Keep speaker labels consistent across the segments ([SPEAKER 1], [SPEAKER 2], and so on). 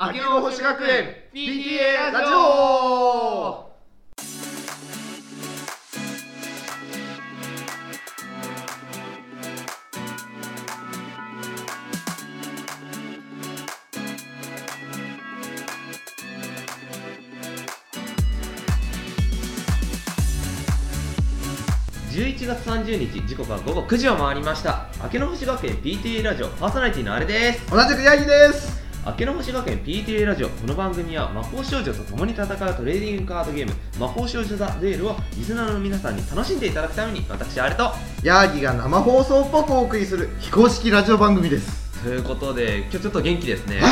[SPEAKER 1] 明けの星学園 PTA ラジオ
[SPEAKER 2] 11月30日時刻は午後9時を回りました明けの星学園 PTA ラジオパーソナリティのあれです
[SPEAKER 1] 同じくヤギです
[SPEAKER 2] 明けの星学園 PTA ラジオこの番組は魔法少女と共に戦うトレーディングカードゲーム魔法少女ザ・レールをリスナーの皆さんに楽しんでいただくために私あれと
[SPEAKER 1] ヤギが生放送っぽくお送りする非公式ラジオ番組です、
[SPEAKER 2] ということで今日ちょっと元気ですね
[SPEAKER 1] はい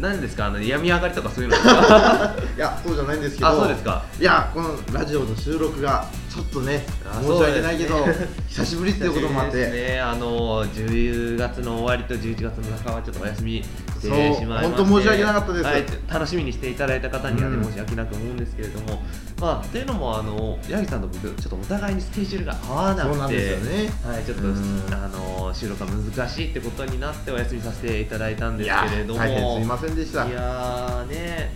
[SPEAKER 2] 何ですかあの病み上がりとかそういうのですか
[SPEAKER 1] いやそうじゃないんですけど
[SPEAKER 2] あそうですか
[SPEAKER 1] いやこのラジオの収録がちょっとね
[SPEAKER 2] あ
[SPEAKER 1] 申し
[SPEAKER 2] そうで
[SPEAKER 1] 訳
[SPEAKER 2] すね
[SPEAKER 1] ないけど、久しぶりっていうこともあっ
[SPEAKER 2] 久しぶり
[SPEAKER 1] て
[SPEAKER 2] ですねあの10月の終わりと11月の半ばちょっとお休みしてしまいまして
[SPEAKER 1] そう本当申し訳なかったです
[SPEAKER 2] はい、楽しみにしていただいた方にはね、
[SPEAKER 1] うん
[SPEAKER 2] 申し訳なく思うんですけれどもまあというのもあの八木さんと僕ちょっとお互いにスケジュールが合わなくて
[SPEAKER 1] そうなんですよね
[SPEAKER 2] はい、ちょっと、
[SPEAKER 1] うん
[SPEAKER 2] あの収録が難しいってことになってお休みさせていただいたん
[SPEAKER 1] い
[SPEAKER 2] です
[SPEAKER 1] や
[SPEAKER 2] けれども
[SPEAKER 1] 大変すいませんでした
[SPEAKER 2] いやーね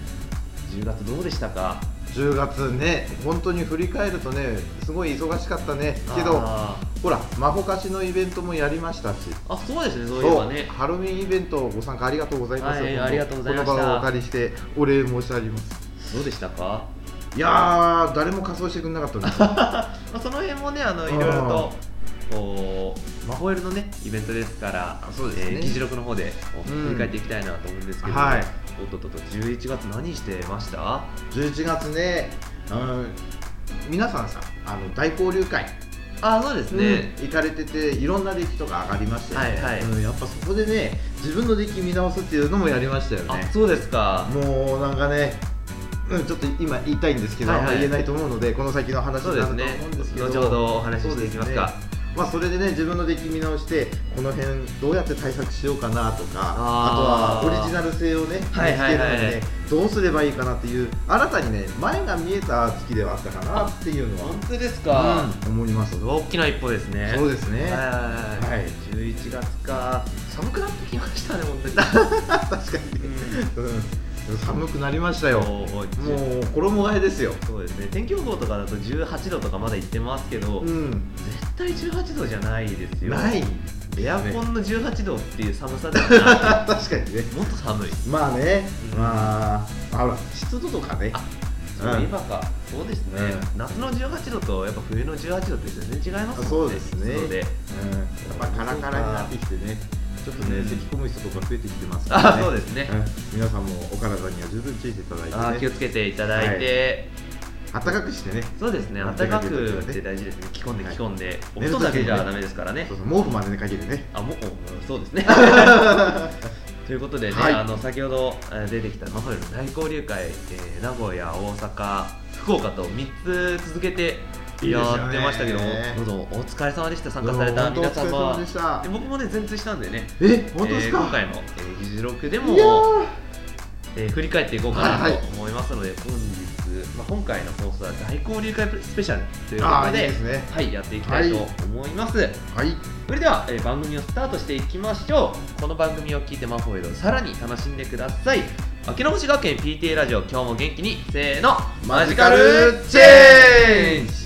[SPEAKER 2] 10月どうでしたか
[SPEAKER 1] 10月ね本当に振り返るとねすごい忙しかったねけど
[SPEAKER 2] あ
[SPEAKER 1] ほらマホカシのイベントもやりましたし
[SPEAKER 2] ーあそうですねそういえばね
[SPEAKER 1] ハロウィンイベントご参加ありがとうございます、
[SPEAKER 2] はい
[SPEAKER 1] 本当
[SPEAKER 2] ありがとうございました
[SPEAKER 1] この場をお借りしてお礼申し上げます
[SPEAKER 2] どうでしたか
[SPEAKER 1] いやー誰も仮装してくれなかった ね
[SPEAKER 2] まあ、その辺もねあの
[SPEAKER 1] あ
[SPEAKER 2] い
[SPEAKER 1] ー
[SPEAKER 2] ろいろとこうマホエルのねイベントですから
[SPEAKER 1] あそうですね
[SPEAKER 2] えー議事録の方でこう
[SPEAKER 1] うん
[SPEAKER 2] 振り返っていきたいなと思うんですけど、
[SPEAKER 1] はい
[SPEAKER 2] おっとっとっと11月何してました
[SPEAKER 1] 11月ね、うん、皆さんさあの大交流会
[SPEAKER 2] あそうですね、
[SPEAKER 1] 行かれてていろんなデッキとか上がりましたよね、
[SPEAKER 2] はいはい
[SPEAKER 1] うんやっぱそこでね自分のデッキ見直すっていうのもやりましたよ
[SPEAKER 2] あ
[SPEAKER 1] ね
[SPEAKER 2] そうですか
[SPEAKER 1] もうなんかね、うん、ちょっと今言いたいんですけど、
[SPEAKER 2] はいはい
[SPEAKER 1] あんま言えないと思うのでこの先の話
[SPEAKER 2] そう
[SPEAKER 1] に
[SPEAKER 2] で
[SPEAKER 1] な
[SPEAKER 2] す
[SPEAKER 1] ると
[SPEAKER 2] ね
[SPEAKER 1] 思うんですけど
[SPEAKER 2] 後ほどお話ししていきますか
[SPEAKER 1] そうですねまあ、それでね自分の出来見直してこの辺どうやって対策しようかなとか
[SPEAKER 2] あー
[SPEAKER 1] あとはオリジナル性をね見つけ
[SPEAKER 2] はい
[SPEAKER 1] るの
[SPEAKER 2] はい
[SPEAKER 1] に
[SPEAKER 2] はい
[SPEAKER 1] ねどうすればいいかなっていう新たにね前が見えた月ではあったかなっていうの
[SPEAKER 2] 本当です
[SPEAKER 1] は
[SPEAKER 2] か、、
[SPEAKER 1] うん思います
[SPEAKER 2] 大きな一歩ですね
[SPEAKER 1] そうですね
[SPEAKER 2] はいはいはい
[SPEAKER 1] はい
[SPEAKER 2] 11月か寒くなってきました ね本当に
[SPEAKER 1] 確かに、うん、寒くなりましたよも
[SPEAKER 2] もう
[SPEAKER 1] う衣替えですよ
[SPEAKER 2] そうですね天気予報とかだと18度とかまだ言ってますけど、
[SPEAKER 1] うん
[SPEAKER 2] 絶対18度じゃないですよ
[SPEAKER 1] ない
[SPEAKER 2] エアコ
[SPEAKER 1] ね
[SPEAKER 2] ンの18度っていう寒さでは
[SPEAKER 1] 確かに
[SPEAKER 2] な
[SPEAKER 1] ね
[SPEAKER 2] いもっと寒い
[SPEAKER 1] まあね、
[SPEAKER 2] うん
[SPEAKER 1] まあ、あほら、湿度とかね
[SPEAKER 2] あ、
[SPEAKER 1] うん
[SPEAKER 2] そういえばか、そうですね、
[SPEAKER 1] う
[SPEAKER 2] 夏の18度とやっぱ冬の18度って全然違いますもんね
[SPEAKER 1] そうですね
[SPEAKER 2] そうで
[SPEAKER 1] うん、やっぱカラカラになってきてね、ちょっと
[SPEAKER 2] う
[SPEAKER 1] ね、
[SPEAKER 2] ん
[SPEAKER 1] 咳込む人とか増えてきてますから
[SPEAKER 2] あ
[SPEAKER 1] ね、
[SPEAKER 2] そうですね、
[SPEAKER 1] うん皆さんもお体には十分注意していただいて、ね、
[SPEAKER 2] あー気をつけていただいて、
[SPEAKER 1] 暖かくしてね、
[SPEAKER 2] そうですね
[SPEAKER 1] うん
[SPEAKER 2] 暖か
[SPEAKER 1] 手が出て
[SPEAKER 2] く
[SPEAKER 1] くるね
[SPEAKER 2] って大事ですね着込んで着
[SPEAKER 1] はい
[SPEAKER 2] 込んで、お
[SPEAKER 1] 寝
[SPEAKER 2] 布
[SPEAKER 1] る
[SPEAKER 2] 団だけじゃ
[SPEAKER 1] 時もね
[SPEAKER 2] ダメですからね
[SPEAKER 1] そうそう毛布までね、かけるね。
[SPEAKER 2] あもううんそう ですねということでね、
[SPEAKER 1] はい
[SPEAKER 2] あの先ほどえー出てきたマホイルの大交流会、えー名古屋大阪福岡と3つ続けて
[SPEAKER 1] いいですよね
[SPEAKER 2] やってましたけどもどうぞお疲れ様でした参加された
[SPEAKER 1] どうも
[SPEAKER 2] 皆様
[SPEAKER 1] 本当お疲れ様でした
[SPEAKER 2] で僕もね全通したんでね
[SPEAKER 1] え、本当です
[SPEAKER 2] えー
[SPEAKER 1] か、
[SPEAKER 2] 今回の、えー議事録でも
[SPEAKER 1] いやー
[SPEAKER 2] えー振り返っていこうかな
[SPEAKER 1] はいは
[SPEAKER 2] と思いますので、本日、まあ、今回の放送は大交流会スペシャルという
[SPEAKER 1] あ
[SPEAKER 2] こ
[SPEAKER 1] ー
[SPEAKER 2] と
[SPEAKER 1] いい
[SPEAKER 2] で
[SPEAKER 1] ですね
[SPEAKER 2] はい、やっていきたいと思います、
[SPEAKER 1] はい、
[SPEAKER 2] それでは、えー番組をスタートしていきましょうこの番組を聞いてマホイルをさらに楽しんでください明けの星学園 PTA ラジオ今日も元気にせーの
[SPEAKER 1] マジカルチェンジ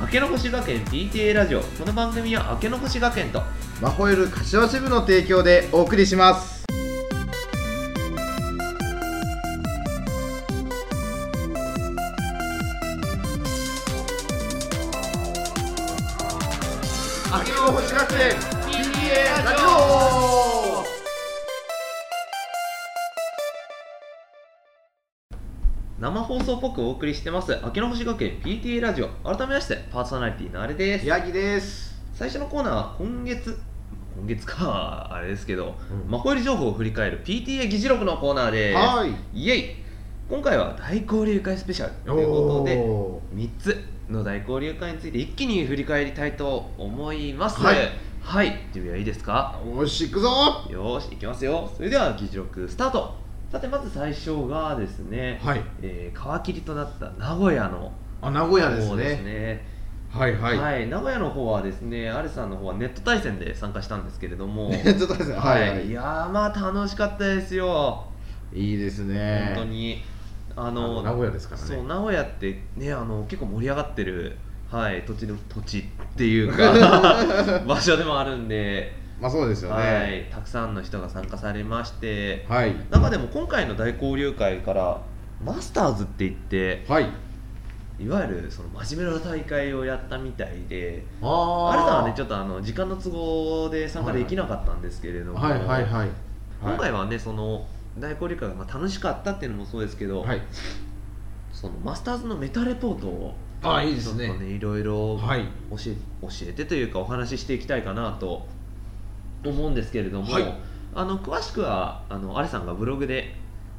[SPEAKER 2] 明けの星学園 PTA ラジオこの番組は明けの星学園と
[SPEAKER 1] マホエル柏支部の提供でお送りします。
[SPEAKER 2] 明けの
[SPEAKER 1] 星学園
[SPEAKER 2] PTA
[SPEAKER 1] ラジオ
[SPEAKER 2] 生放送っぽくお送りしてます明けの星学園 PTA ラジオ改めましてパーソナリティのあれです
[SPEAKER 1] ヤギです。
[SPEAKER 2] 最初のコーナーは今月今月かあれですけど、
[SPEAKER 1] うん
[SPEAKER 2] マホイル情報を振り返る PTA 議事録のコーナーです
[SPEAKER 1] はい。
[SPEAKER 2] イエイ今回は大交流会スペシャルということで
[SPEAKER 1] お
[SPEAKER 2] 3つの大交流会について一気に振り返りたいと思います
[SPEAKER 1] はい
[SPEAKER 2] はい、準備はいいですか
[SPEAKER 1] ーよし、行くぞ
[SPEAKER 2] よーしいきますよそれでは議事録スタートさてまず最初がですね、
[SPEAKER 1] はい。
[SPEAKER 2] えー皮切りとなった名古屋の
[SPEAKER 1] あ、名古屋です
[SPEAKER 2] 方
[SPEAKER 1] ね。
[SPEAKER 2] ね
[SPEAKER 1] はいはい、
[SPEAKER 2] はい、名古屋の方はですね、アレさんの方はネット対戦で参加したんですけれど も、
[SPEAKER 1] ネット対戦はいはい、、
[SPEAKER 2] はいい、いやーまあ楽しかったですよ、
[SPEAKER 1] いですね
[SPEAKER 2] 本当に。あ
[SPEAKER 1] あの
[SPEAKER 2] の
[SPEAKER 1] 名古屋ですからね
[SPEAKER 2] そう名古屋ってねあの結構盛り上がってる、はい、土地の土地っていう か場所でもあるんで、
[SPEAKER 1] まあそうですよ
[SPEAKER 2] は
[SPEAKER 1] ね
[SPEAKER 2] い、たくさんの人が参加されまして
[SPEAKER 1] はい
[SPEAKER 2] 中でも今回の大交流会からマスターズって言って
[SPEAKER 1] はい、
[SPEAKER 2] いわゆるその真面目な大会をやったみたいで
[SPEAKER 1] ああ
[SPEAKER 2] あれさんはねちょっとあの時間の都合で参加できなかったんですけれども、
[SPEAKER 1] はいはいはい
[SPEAKER 2] 今回はねその大交流会がまあ楽しかったっていうのもそうですけど、
[SPEAKER 1] はい
[SPEAKER 2] そのマスターズのメタレポートを
[SPEAKER 1] あいいですね
[SPEAKER 2] ちょっといろいろ教
[SPEAKER 1] はい
[SPEAKER 2] え,、教えてというかお話ししていきたいかなと思うんですけれども、
[SPEAKER 1] はい
[SPEAKER 2] あの詳しくはあのアレさんがブログで、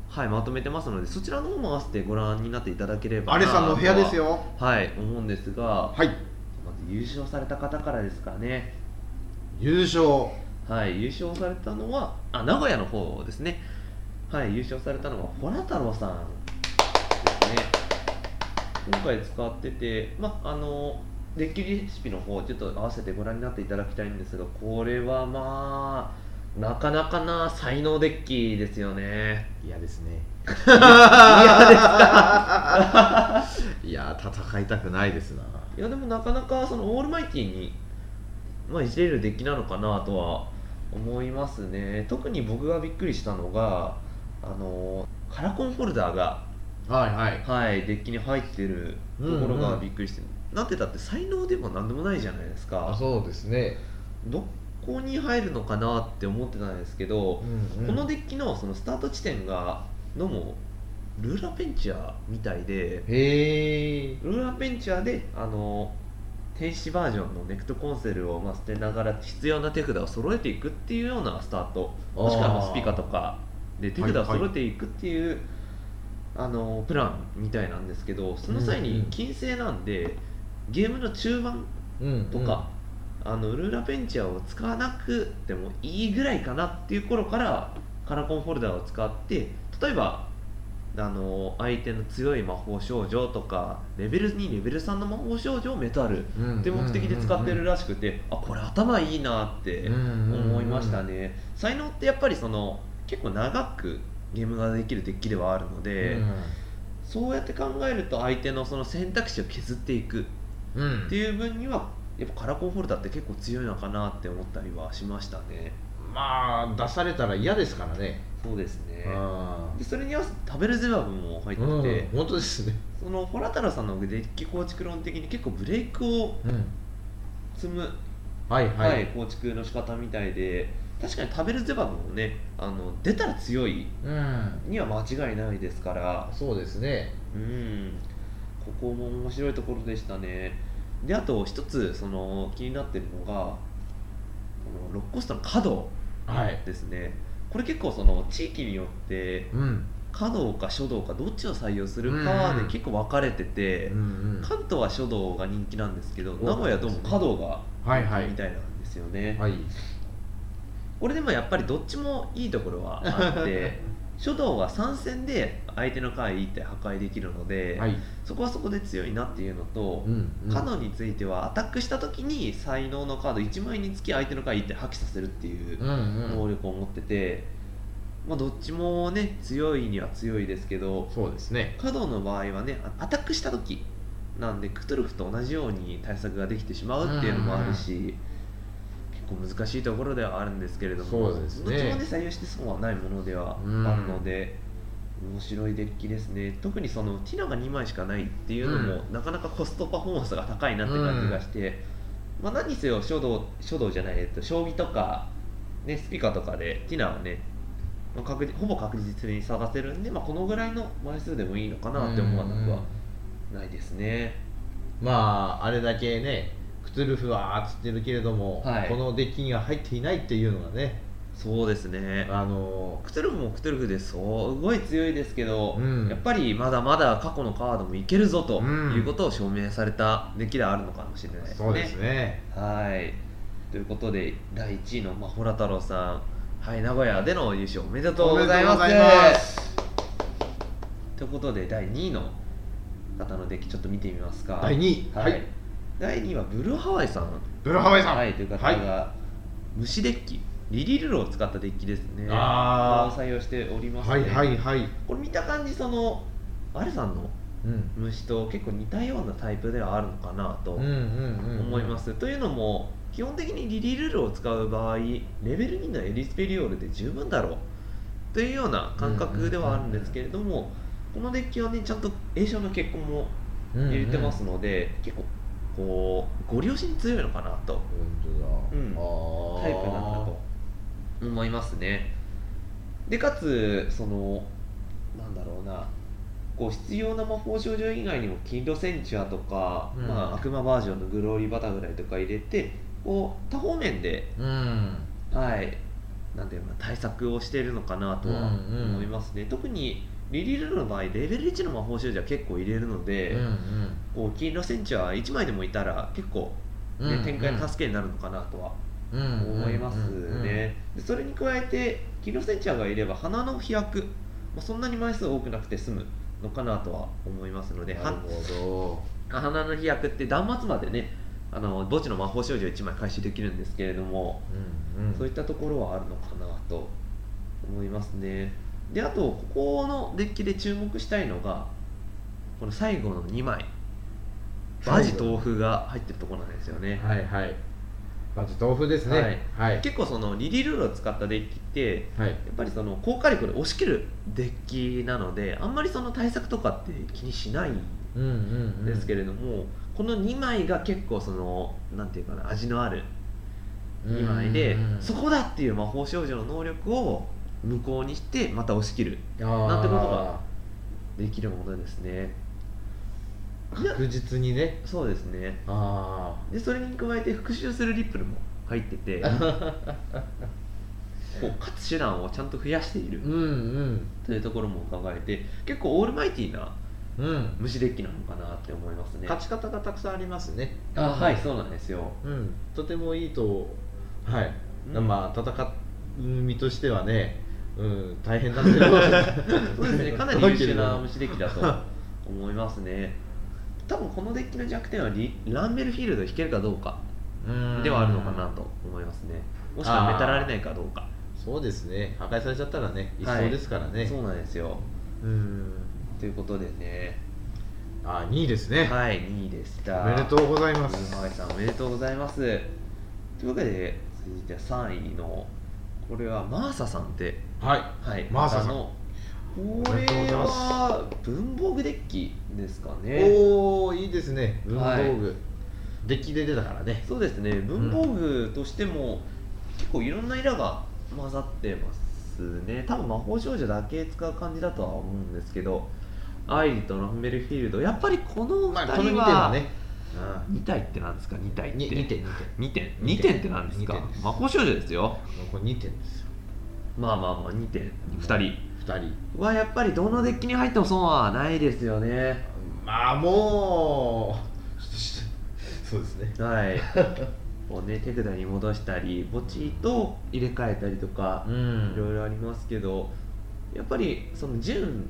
[SPEAKER 2] はい、まとめてますのでそちらの方も合わせてご覧になっていただければ
[SPEAKER 3] ア
[SPEAKER 2] な
[SPEAKER 3] レさんの部屋ですよ
[SPEAKER 2] とは、はい、思うんですが
[SPEAKER 1] はい
[SPEAKER 2] まず優勝された方からですかね
[SPEAKER 1] 優勝
[SPEAKER 2] はい優勝されたのはあ名古屋の方ですねはい優勝されたのはホラ太郎さんですね今回使っててまああのデッキレシピの方ちょっと合わせてご覧になっていただきたいんですがこれはまあなかなかな才能デッキですよね
[SPEAKER 1] 嫌ですね
[SPEAKER 3] いやー戦いたくないですない
[SPEAKER 2] やでもなかなかそのオールマイティーに、まあ、いじれるデッキなのかなとは思いますね特に僕がびっくりしたのがあのカラコンホルダーが、
[SPEAKER 1] はいはい
[SPEAKER 2] はい、デッキに入ってるところ
[SPEAKER 1] うんう
[SPEAKER 2] が
[SPEAKER 1] ん
[SPEAKER 2] びっくりして、なんてだって才能でもなんでもないじゃないです
[SPEAKER 1] あ
[SPEAKER 2] か
[SPEAKER 1] そうですね、
[SPEAKER 2] どこに入るのかなって思ってたんですけど、
[SPEAKER 1] ん
[SPEAKER 2] このデッキのそのスタート地点がどうもルーラペンチャーみたいで
[SPEAKER 1] へえ
[SPEAKER 2] ルーラーベンチャーであの天使バージョンのネクトコンセルをまあ捨てながら必要な手札を揃えていくっていうようなスタート
[SPEAKER 1] あー
[SPEAKER 2] もしくはまあスピカとかで手札を
[SPEAKER 1] はいはい
[SPEAKER 2] 揃えていくっていう、あのプランみたいなんですけどその際
[SPEAKER 1] うんう
[SPEAKER 2] に
[SPEAKER 1] ん
[SPEAKER 2] 金星なんで、ゲームの中盤
[SPEAKER 1] うん
[SPEAKER 2] とか、あのルーラーベンチャーを使わなくてもいいぐらいかなっていう頃からカラコンホルダーを使って例えばあの相手の強い魔法少女とかレベル2レベル3の魔法少女をメタルっ
[SPEAKER 1] うん
[SPEAKER 2] て目的で使ってる
[SPEAKER 1] ら
[SPEAKER 2] らしくて、あこれ頭いいなって思いましたね、才能ってやっぱりその結構長くゲームができるデッキではあるので、そうやって考えると相手のその選択肢を削っていく
[SPEAKER 1] うんうん
[SPEAKER 2] っていう分にはやっぱカラコンホルダーって結構強いのかなって思ったりはしましたね
[SPEAKER 1] まあ出されたら嫌ですからね、
[SPEAKER 2] そうですね
[SPEAKER 1] あ
[SPEAKER 2] でそれに合わせて食べるゼバブも入って
[SPEAKER 1] う
[SPEAKER 2] て、
[SPEAKER 1] ん本当ですね、
[SPEAKER 2] そのホラタラさんのデッキ構築論的に結構ブレイクを
[SPEAKER 1] うん、
[SPEAKER 2] 積む、
[SPEAKER 1] はい
[SPEAKER 2] は
[SPEAKER 1] はいい、
[SPEAKER 2] 構築の仕方みたいで確かに食べるゼバブもねあの出たら強い
[SPEAKER 1] うん
[SPEAKER 2] には間違いないですから
[SPEAKER 1] そうですね
[SPEAKER 2] うんここも面白いところでしたねであと一つその気になってるのがこのロックコストの角
[SPEAKER 1] はい
[SPEAKER 2] ですねこれ結構その地域によって
[SPEAKER 1] うん
[SPEAKER 2] 華道か書道かどっちを採用するかで
[SPEAKER 1] うん
[SPEAKER 2] 結構分かれてて、
[SPEAKER 1] うんうん
[SPEAKER 2] 関東は書道が人気なんですけど
[SPEAKER 1] そう
[SPEAKER 2] 名古屋はどうも華道が
[SPEAKER 1] はいはい
[SPEAKER 2] みたいなんですよね、
[SPEAKER 1] はい
[SPEAKER 2] これでもやっぱりどっちもいいところはあって 書道は参戦で相手の回って破壊できるので、
[SPEAKER 1] はい
[SPEAKER 2] そこはそこで強いなっていうのと、
[SPEAKER 1] んうん
[SPEAKER 2] カノについてはアタックした時に才能のカード1枚につき相手の回って破棄させるっていう
[SPEAKER 1] うんう
[SPEAKER 2] 能
[SPEAKER 1] ん
[SPEAKER 2] 力を持ってて、まあ、どっちもね強いには強いですけど
[SPEAKER 1] そうですね
[SPEAKER 2] カドの場合はねあアタックした時なんでクトゥルフと同じように対策ができてしまうっていうのもあるし、結構難しいところではあるんですけれども
[SPEAKER 1] そうです
[SPEAKER 2] ど
[SPEAKER 1] ね
[SPEAKER 2] っちもね採用して損はないものでは
[SPEAKER 1] うん
[SPEAKER 2] あるので。面白いデッキですね特にそのティナが2枚しかないっていうのも、なかなかコストパフォーマンスが高いなって感じがして、まあ、何にせよ書道書道じゃない、えっと、将棋とか、ね、スピカとかでティナはね、まあ、確実ほぼ確実に探せるんで、まあ、このぐらいの枚数でもいいのかなって思わなくはないですね。
[SPEAKER 1] まああれだけねクトゥルフはーっつってるけれども、
[SPEAKER 2] はい
[SPEAKER 1] このデッキには入っていないっていうのがね
[SPEAKER 2] そうですね
[SPEAKER 1] あの
[SPEAKER 2] クトゥルフもクトゥルフですごい強いですけど、
[SPEAKER 1] うん
[SPEAKER 2] やっぱりまだまだ過去のカードもいけるぞと
[SPEAKER 1] うん
[SPEAKER 2] いうことを証明された出来ではあるのかもしれないですね。
[SPEAKER 1] そうですね
[SPEAKER 2] はいということで第1位のまあホラ太郎さんはい名古屋での優勝おめでとうございます
[SPEAKER 3] おめでとうございま
[SPEAKER 2] ということで第2位の方のデッキちょっと見てみますか
[SPEAKER 1] 第2位
[SPEAKER 2] はい、
[SPEAKER 1] はい
[SPEAKER 2] 第2位はブルーハワイさん
[SPEAKER 1] ブルーハワイさん、
[SPEAKER 2] はいという方が、虫デッキリリルルを使ったデッキですね
[SPEAKER 1] あー
[SPEAKER 2] これを採用しております
[SPEAKER 1] は
[SPEAKER 2] ね
[SPEAKER 1] いはいはい、
[SPEAKER 2] これ見た感じそのアレさんの
[SPEAKER 1] うん、
[SPEAKER 2] 虫と結構似たようなタイプではあるのかなと
[SPEAKER 1] うんうんうん
[SPEAKER 2] 思います、というのも基本的にリリルールを使う場合レベル2のエリスペリオールで十分だろうというような感覚ではあるんですけれども、このデッキはねちゃんと栄翔の結婚も
[SPEAKER 1] うんうん
[SPEAKER 2] 入れてますので、結構こうご利用しに強いのかなと
[SPEAKER 1] 本当だ、
[SPEAKER 2] タイプなんだと思いますねでかつそのなんだろうなこう必要な魔法少女以外にも金色センチュアとか、
[SPEAKER 1] うん
[SPEAKER 2] まあ、悪魔バージョンのグローリーバタフライとか入れてこう多方面で
[SPEAKER 1] とうん
[SPEAKER 2] はい、なんていうのかな対策をしているのかなとは
[SPEAKER 1] うんうん
[SPEAKER 2] 思いますね、特にリリルの場合レベル1の魔法少女は結構入れるので、
[SPEAKER 1] うん
[SPEAKER 2] こう金色センチは1枚でもいたら結構、
[SPEAKER 1] うん
[SPEAKER 2] ね
[SPEAKER 1] うん
[SPEAKER 2] 展開の助けになるのかなとは
[SPEAKER 1] うん
[SPEAKER 2] 思いますね、
[SPEAKER 1] うん
[SPEAKER 2] でそれに加えて金色センチがいれば花の飛躍、まあ、そんなに枚数多くなくて済むのかなとは思いますので
[SPEAKER 1] なる
[SPEAKER 2] は
[SPEAKER 1] ほ
[SPEAKER 2] 花の飛躍って断末までねあの墓地の魔法少女1枚回収できるんですけれども
[SPEAKER 1] ど、うんうん、
[SPEAKER 2] そうい
[SPEAKER 1] い
[SPEAKER 2] ったところはあるのかなと思いますね。であとここのデッキで注目したいのがこの最後の2枚バジ豆腐が入ってるところなんですよね。
[SPEAKER 1] はいはいまず豆腐ですねはいはい、
[SPEAKER 2] 結構そのリリルールを使ったデッキってやっぱりその効果力で押し切るデッキなのであんまりその対策とかって気にしないん
[SPEAKER 1] うんうんうん
[SPEAKER 2] ですけれども、この2枚が結構そのなんていうかな味のある2枚で、
[SPEAKER 1] うんうん
[SPEAKER 2] そこだっていう魔法少女の能力を無効にしてまた押し切る
[SPEAKER 1] あー
[SPEAKER 2] なんてことができるものですねいや
[SPEAKER 1] 確実にね
[SPEAKER 2] そうですね
[SPEAKER 1] あ
[SPEAKER 2] でそれに加えて復讐するリップルも入って てこう勝つ手段をちゃんと増やしている
[SPEAKER 1] あうん
[SPEAKER 2] というところも伺えて結構オールマイティーな
[SPEAKER 1] うんうん
[SPEAKER 2] 虫デッキなのかなって思いますね
[SPEAKER 3] 勝ち方がたくさんありますね
[SPEAKER 2] あはいそうなんですよ
[SPEAKER 1] うんとてもいいとはい、
[SPEAKER 2] うん
[SPEAKER 1] まあ戦う身としてはねうん大変だって
[SPEAKER 2] そうですね、かなり優秀な虫デッキだと思いますね。多分このデッキの弱点はリランベルフィールドを引けるかどうかではあるのかなと思いますね。もしくはメタられないかどうか。
[SPEAKER 1] そうですね破壊されちゃったらね一
[SPEAKER 2] はい
[SPEAKER 1] 層ですからね、
[SPEAKER 2] そうなんですよ。
[SPEAKER 1] うん
[SPEAKER 2] ということでね、
[SPEAKER 1] あ2位ですね、
[SPEAKER 2] はい、2位でした。
[SPEAKER 1] おめでとうございま
[SPEAKER 2] ブルー
[SPEAKER 1] す
[SPEAKER 2] ハワイさんおめでとうございます。というわけで、続いては3位の、これはマーサさんって、
[SPEAKER 1] はい
[SPEAKER 2] はい、
[SPEAKER 1] マーサさん
[SPEAKER 2] のこ
[SPEAKER 1] お
[SPEAKER 2] れ
[SPEAKER 1] めでとうございます
[SPEAKER 2] は文房具デッキですかね。
[SPEAKER 1] おおいいですね文
[SPEAKER 2] はい
[SPEAKER 1] 房具、デッキで出たからね
[SPEAKER 2] そうですね文房具としても、結構いろんな色が混ざってますね多分魔法少女だけ使う感じだとは思うんですけどアイリとランベルフィールドやっぱりこの
[SPEAKER 1] まあ
[SPEAKER 2] 2人
[SPEAKER 1] この2点
[SPEAKER 2] は、
[SPEAKER 1] はね、
[SPEAKER 2] 2体ってなんですか2体って
[SPEAKER 1] うん、に2
[SPEAKER 2] 2
[SPEAKER 1] 点2点
[SPEAKER 2] 点
[SPEAKER 1] 二点
[SPEAKER 2] 2点ってなんですか
[SPEAKER 1] 二点です
[SPEAKER 2] 魔法少女ですよ
[SPEAKER 1] これ2点ですよ
[SPEAKER 2] まあまあまあ2点2人
[SPEAKER 1] 2人
[SPEAKER 2] はやっぱりどのデッキに入っても損はないですよね
[SPEAKER 1] まあもうそうですね
[SPEAKER 2] はいこうね手札に戻したり墓地と入れ替えたりとか
[SPEAKER 1] う
[SPEAKER 2] いろ
[SPEAKER 1] ん
[SPEAKER 2] いろありますけどやっぱりその純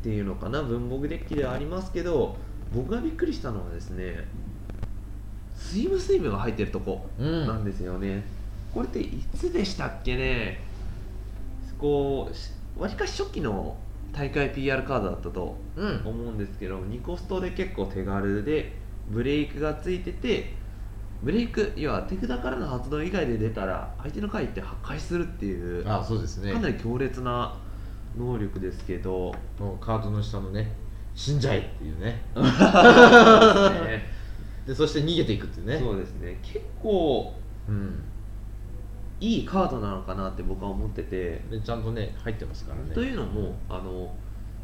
[SPEAKER 2] っていうのかな文房具デッキではありますけど僕がびっくりしたのはですねスイムスイムが入ってるとこ
[SPEAKER 1] うん
[SPEAKER 2] なんですよね、これっていつでしたっけねこうわりかし初期の大会 PR カードだったと
[SPEAKER 1] うん
[SPEAKER 2] 思うんですけど2コストで結構手軽でブレイクがついててブレイク要は手札からの発動以外で出たら相手の回って破壊するっていう
[SPEAKER 1] あそうですね
[SPEAKER 2] かなり強烈な能力ですけど、
[SPEAKER 1] もうカードの下のね死んじゃえってい うねでそして逃げていくっていうね
[SPEAKER 2] そうですね結構
[SPEAKER 1] うん
[SPEAKER 2] いいカードなのかなって僕は思ってて、
[SPEAKER 1] でちゃんとね入ってますからね
[SPEAKER 2] というのもあの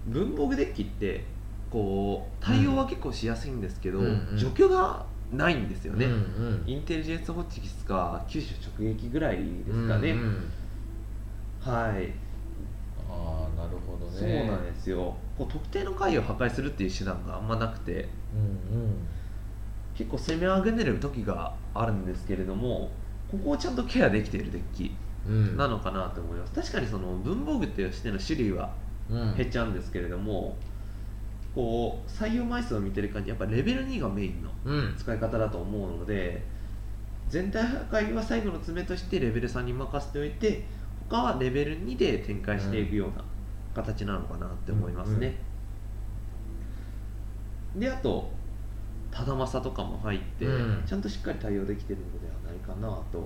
[SPEAKER 2] 文房具デッキってこう対応は結構しやすいんですけど、
[SPEAKER 1] うんうんうん
[SPEAKER 2] 除去がないんですよね、
[SPEAKER 1] うんうん、
[SPEAKER 2] インテリジェンスホッチキスか九州直撃ぐらいですかね、
[SPEAKER 1] うんうん
[SPEAKER 2] はい
[SPEAKER 1] ああなるほどね
[SPEAKER 2] そうなんですよこう特定の回を破壊するっていう手段があんまなくて
[SPEAKER 1] うんうん
[SPEAKER 2] 結構攻め上げる時があるんですけれどもここをちゃんとケアできているデッキ
[SPEAKER 1] うん
[SPEAKER 2] なのかなと思います確かにその文房具としての種類は
[SPEAKER 1] うん
[SPEAKER 2] 減っちゃうんですけれども、こう採用枚数を見てる感じやっぱレベル2がメインの
[SPEAKER 1] うん
[SPEAKER 2] 使い方だと思うので全体破壊は最後の爪としてレベル3に任せておいて他はレベル2で展開していくような形なのかなって思いますね、であと忠政とかも入って、
[SPEAKER 1] うん
[SPEAKER 2] ちゃんとしっかり対応できてるのではないかなと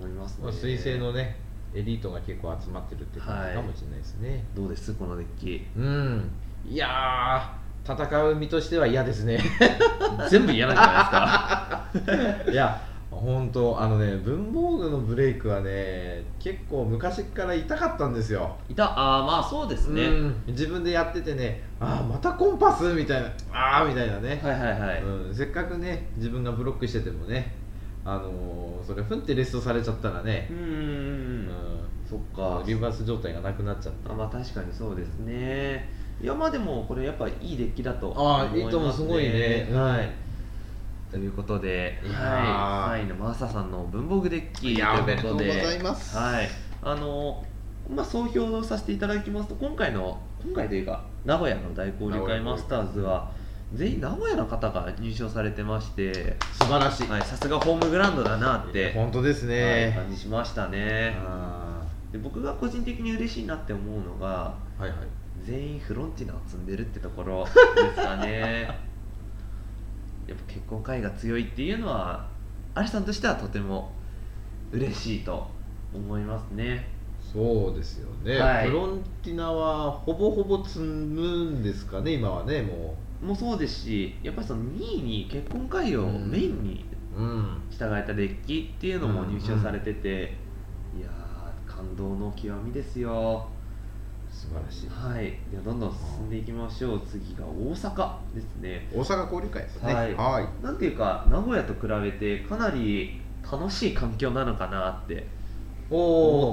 [SPEAKER 2] 思います
[SPEAKER 1] ま
[SPEAKER 2] ね
[SPEAKER 1] あ彗星のねエリートが結構集まってるって感じかもしれないですね、
[SPEAKER 2] どうですこのデッキ
[SPEAKER 1] うんいやー戦う身としては嫌です ね
[SPEAKER 2] 全部嫌なんじゃ
[SPEAKER 1] いや本当あのね文房具のブレイクはね結構昔から痛かったんです よ
[SPEAKER 2] ないですかいたあーまあそうですね、
[SPEAKER 1] うん自分でやっててねああまたコンパスみたいなああみたいなね、
[SPEAKER 2] はいはいはい、
[SPEAKER 1] うん、せっかくね自分がブロックしててもねあのーそれふんってレストされちゃったらね
[SPEAKER 2] う、んそっか
[SPEAKER 1] うん、リバース状態がなくなっちゃって
[SPEAKER 2] あまあ確かにそうですねいやまあでもこれやっぱいいデッキだと思います、
[SPEAKER 1] あ
[SPEAKER 2] ね、
[SPEAKER 1] あいいともすごいねはい
[SPEAKER 2] ということで、
[SPEAKER 1] いやー
[SPEAKER 2] はい、3位のマーサさんの文房具デッキ
[SPEAKER 1] いやー
[SPEAKER 2] ということで
[SPEAKER 3] おめでとうございます
[SPEAKER 2] はいあのまあ総評させていただきますと今回の今回というか名古屋の大交流会マスターズは全員名古屋の方が入賞されてまして、
[SPEAKER 1] 素晴らしい、
[SPEAKER 2] はい、さすがホームグラウンドだなって、
[SPEAKER 1] 本当です
[SPEAKER 2] はい、
[SPEAKER 1] ね、
[SPEAKER 2] 感じしましたね
[SPEAKER 1] あ
[SPEAKER 2] で僕が個人的に嬉しいなって思うのが
[SPEAKER 1] ーはいはい
[SPEAKER 2] 全員フロンティナを積んでるってところですかねやっぱ結婚会が強いっていうのはアリさんとしてはとても嬉しいと思いますね
[SPEAKER 1] そうですよね、
[SPEAKER 2] はい
[SPEAKER 1] フロンティナはほぼほぼ積むんですかね今はねも
[SPEAKER 2] もうそうですしやっぱりその2位に結婚会をメインに
[SPEAKER 1] ううん
[SPEAKER 2] 従えたデッキっていうのも入賞されてて、いやー感動の極みですよ
[SPEAKER 1] 素晴らしい
[SPEAKER 2] はいではどんどん進んでいきましょう次が大阪ですね
[SPEAKER 3] 大阪交流会ですね
[SPEAKER 2] はい
[SPEAKER 3] はい
[SPEAKER 2] なんていうか名古屋と比べてかなり楽しい環境なのかなって
[SPEAKER 1] お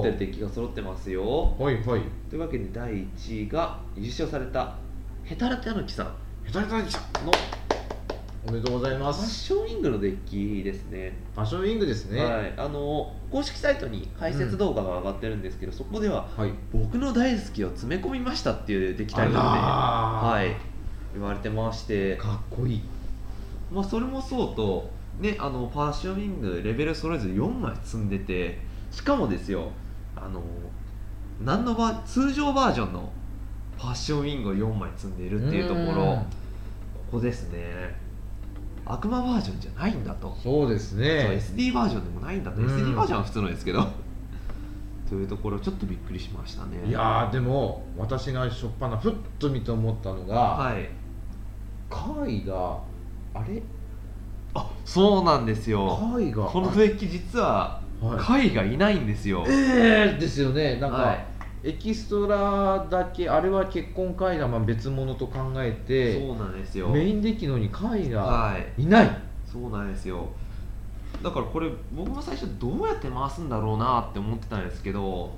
[SPEAKER 2] 思ってるデッキが揃ってますよ
[SPEAKER 1] はいはい
[SPEAKER 2] というわけで第1位が優勝されたヘタラタヌキさん
[SPEAKER 1] ヘタレタレきた
[SPEAKER 2] の
[SPEAKER 1] おめでとうございま
[SPEAKER 2] パッ
[SPEAKER 1] す
[SPEAKER 2] ションイングのデッキですね
[SPEAKER 1] パッションウィングですね
[SPEAKER 2] はい、あの公式サイトに解説動画が上がってるんですけど、そこでは
[SPEAKER 1] はい
[SPEAKER 2] 「僕の大好きを詰め込みました」っていうデッキタイトルで、
[SPEAKER 1] あらー
[SPEAKER 2] はい、言われてまして
[SPEAKER 1] かっこいい
[SPEAKER 2] まあ、それもそうと、ね、あのパーショニングレベルそれぞれ4枚積んでてしかもですよあの何のバ通常バージョンのパッションウィングを4枚積んでいるっていうとこ
[SPEAKER 1] う
[SPEAKER 2] ろ
[SPEAKER 1] ん
[SPEAKER 2] ここですね悪魔バージョンじゃないんだと、
[SPEAKER 1] そうです
[SPEAKER 2] そう
[SPEAKER 1] ね
[SPEAKER 2] SD バージョンでもないんだと
[SPEAKER 1] うん
[SPEAKER 2] SD バージョンは普通のですけど というところちょっとびっくりしましたね
[SPEAKER 1] いやーでも私が初っ端ふっと見て思ったのが
[SPEAKER 2] はい
[SPEAKER 1] 貝があれ
[SPEAKER 2] あそうなんですよ
[SPEAKER 1] 貝が
[SPEAKER 2] このデッキ実は
[SPEAKER 1] はい
[SPEAKER 2] 貝がいないんですよ、
[SPEAKER 1] えーですよねなんか、
[SPEAKER 2] はい
[SPEAKER 1] エキストラだけあれは結婚会談は別物と考えて
[SPEAKER 2] そうなんですよ
[SPEAKER 1] メインデッキのに会が
[SPEAKER 2] はい
[SPEAKER 1] いない、
[SPEAKER 2] そうなんですよだからこれ僕も最初どうやって回すんだろうなって思ってたんですけど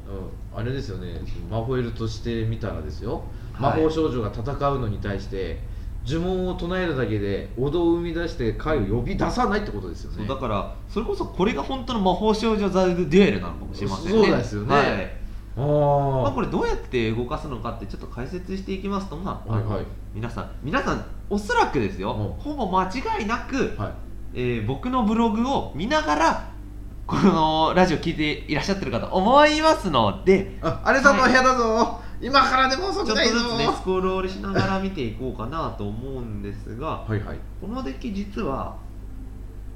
[SPEAKER 1] うん、あれですよねマホエルとしてみたらですよ、
[SPEAKER 2] はい
[SPEAKER 1] 魔法少女が戦うのに対して呪文を唱えるだけでお堂を生み出して会を呼び出さないってことですよ
[SPEAKER 2] そ
[SPEAKER 1] ね
[SPEAKER 2] うだからそれこそこれが本当の魔法少女ザルデュエルなのかもしれませんね
[SPEAKER 1] そうですよね
[SPEAKER 2] はい
[SPEAKER 1] あ
[SPEAKER 2] ま
[SPEAKER 1] あ
[SPEAKER 2] あ、これどうやって動かすのかってちょっと解説していきますとまあ、
[SPEAKER 1] はいはい
[SPEAKER 2] 皆さん皆さんおそらくですよ、
[SPEAKER 1] うん
[SPEAKER 2] ほぼ間違いなく、
[SPEAKER 1] はい
[SPEAKER 2] えー僕のブログを見ながらこのラジオ聞いていらっしゃってるかと思いますので
[SPEAKER 1] ああれさんのお部屋だぞ、今からでも遅
[SPEAKER 2] ちょっ
[SPEAKER 1] く
[SPEAKER 2] と
[SPEAKER 1] ないぞ
[SPEAKER 2] ずつねスクロールしながら見ていこうかなと思うんですが
[SPEAKER 1] はいはい
[SPEAKER 2] このデッキ実は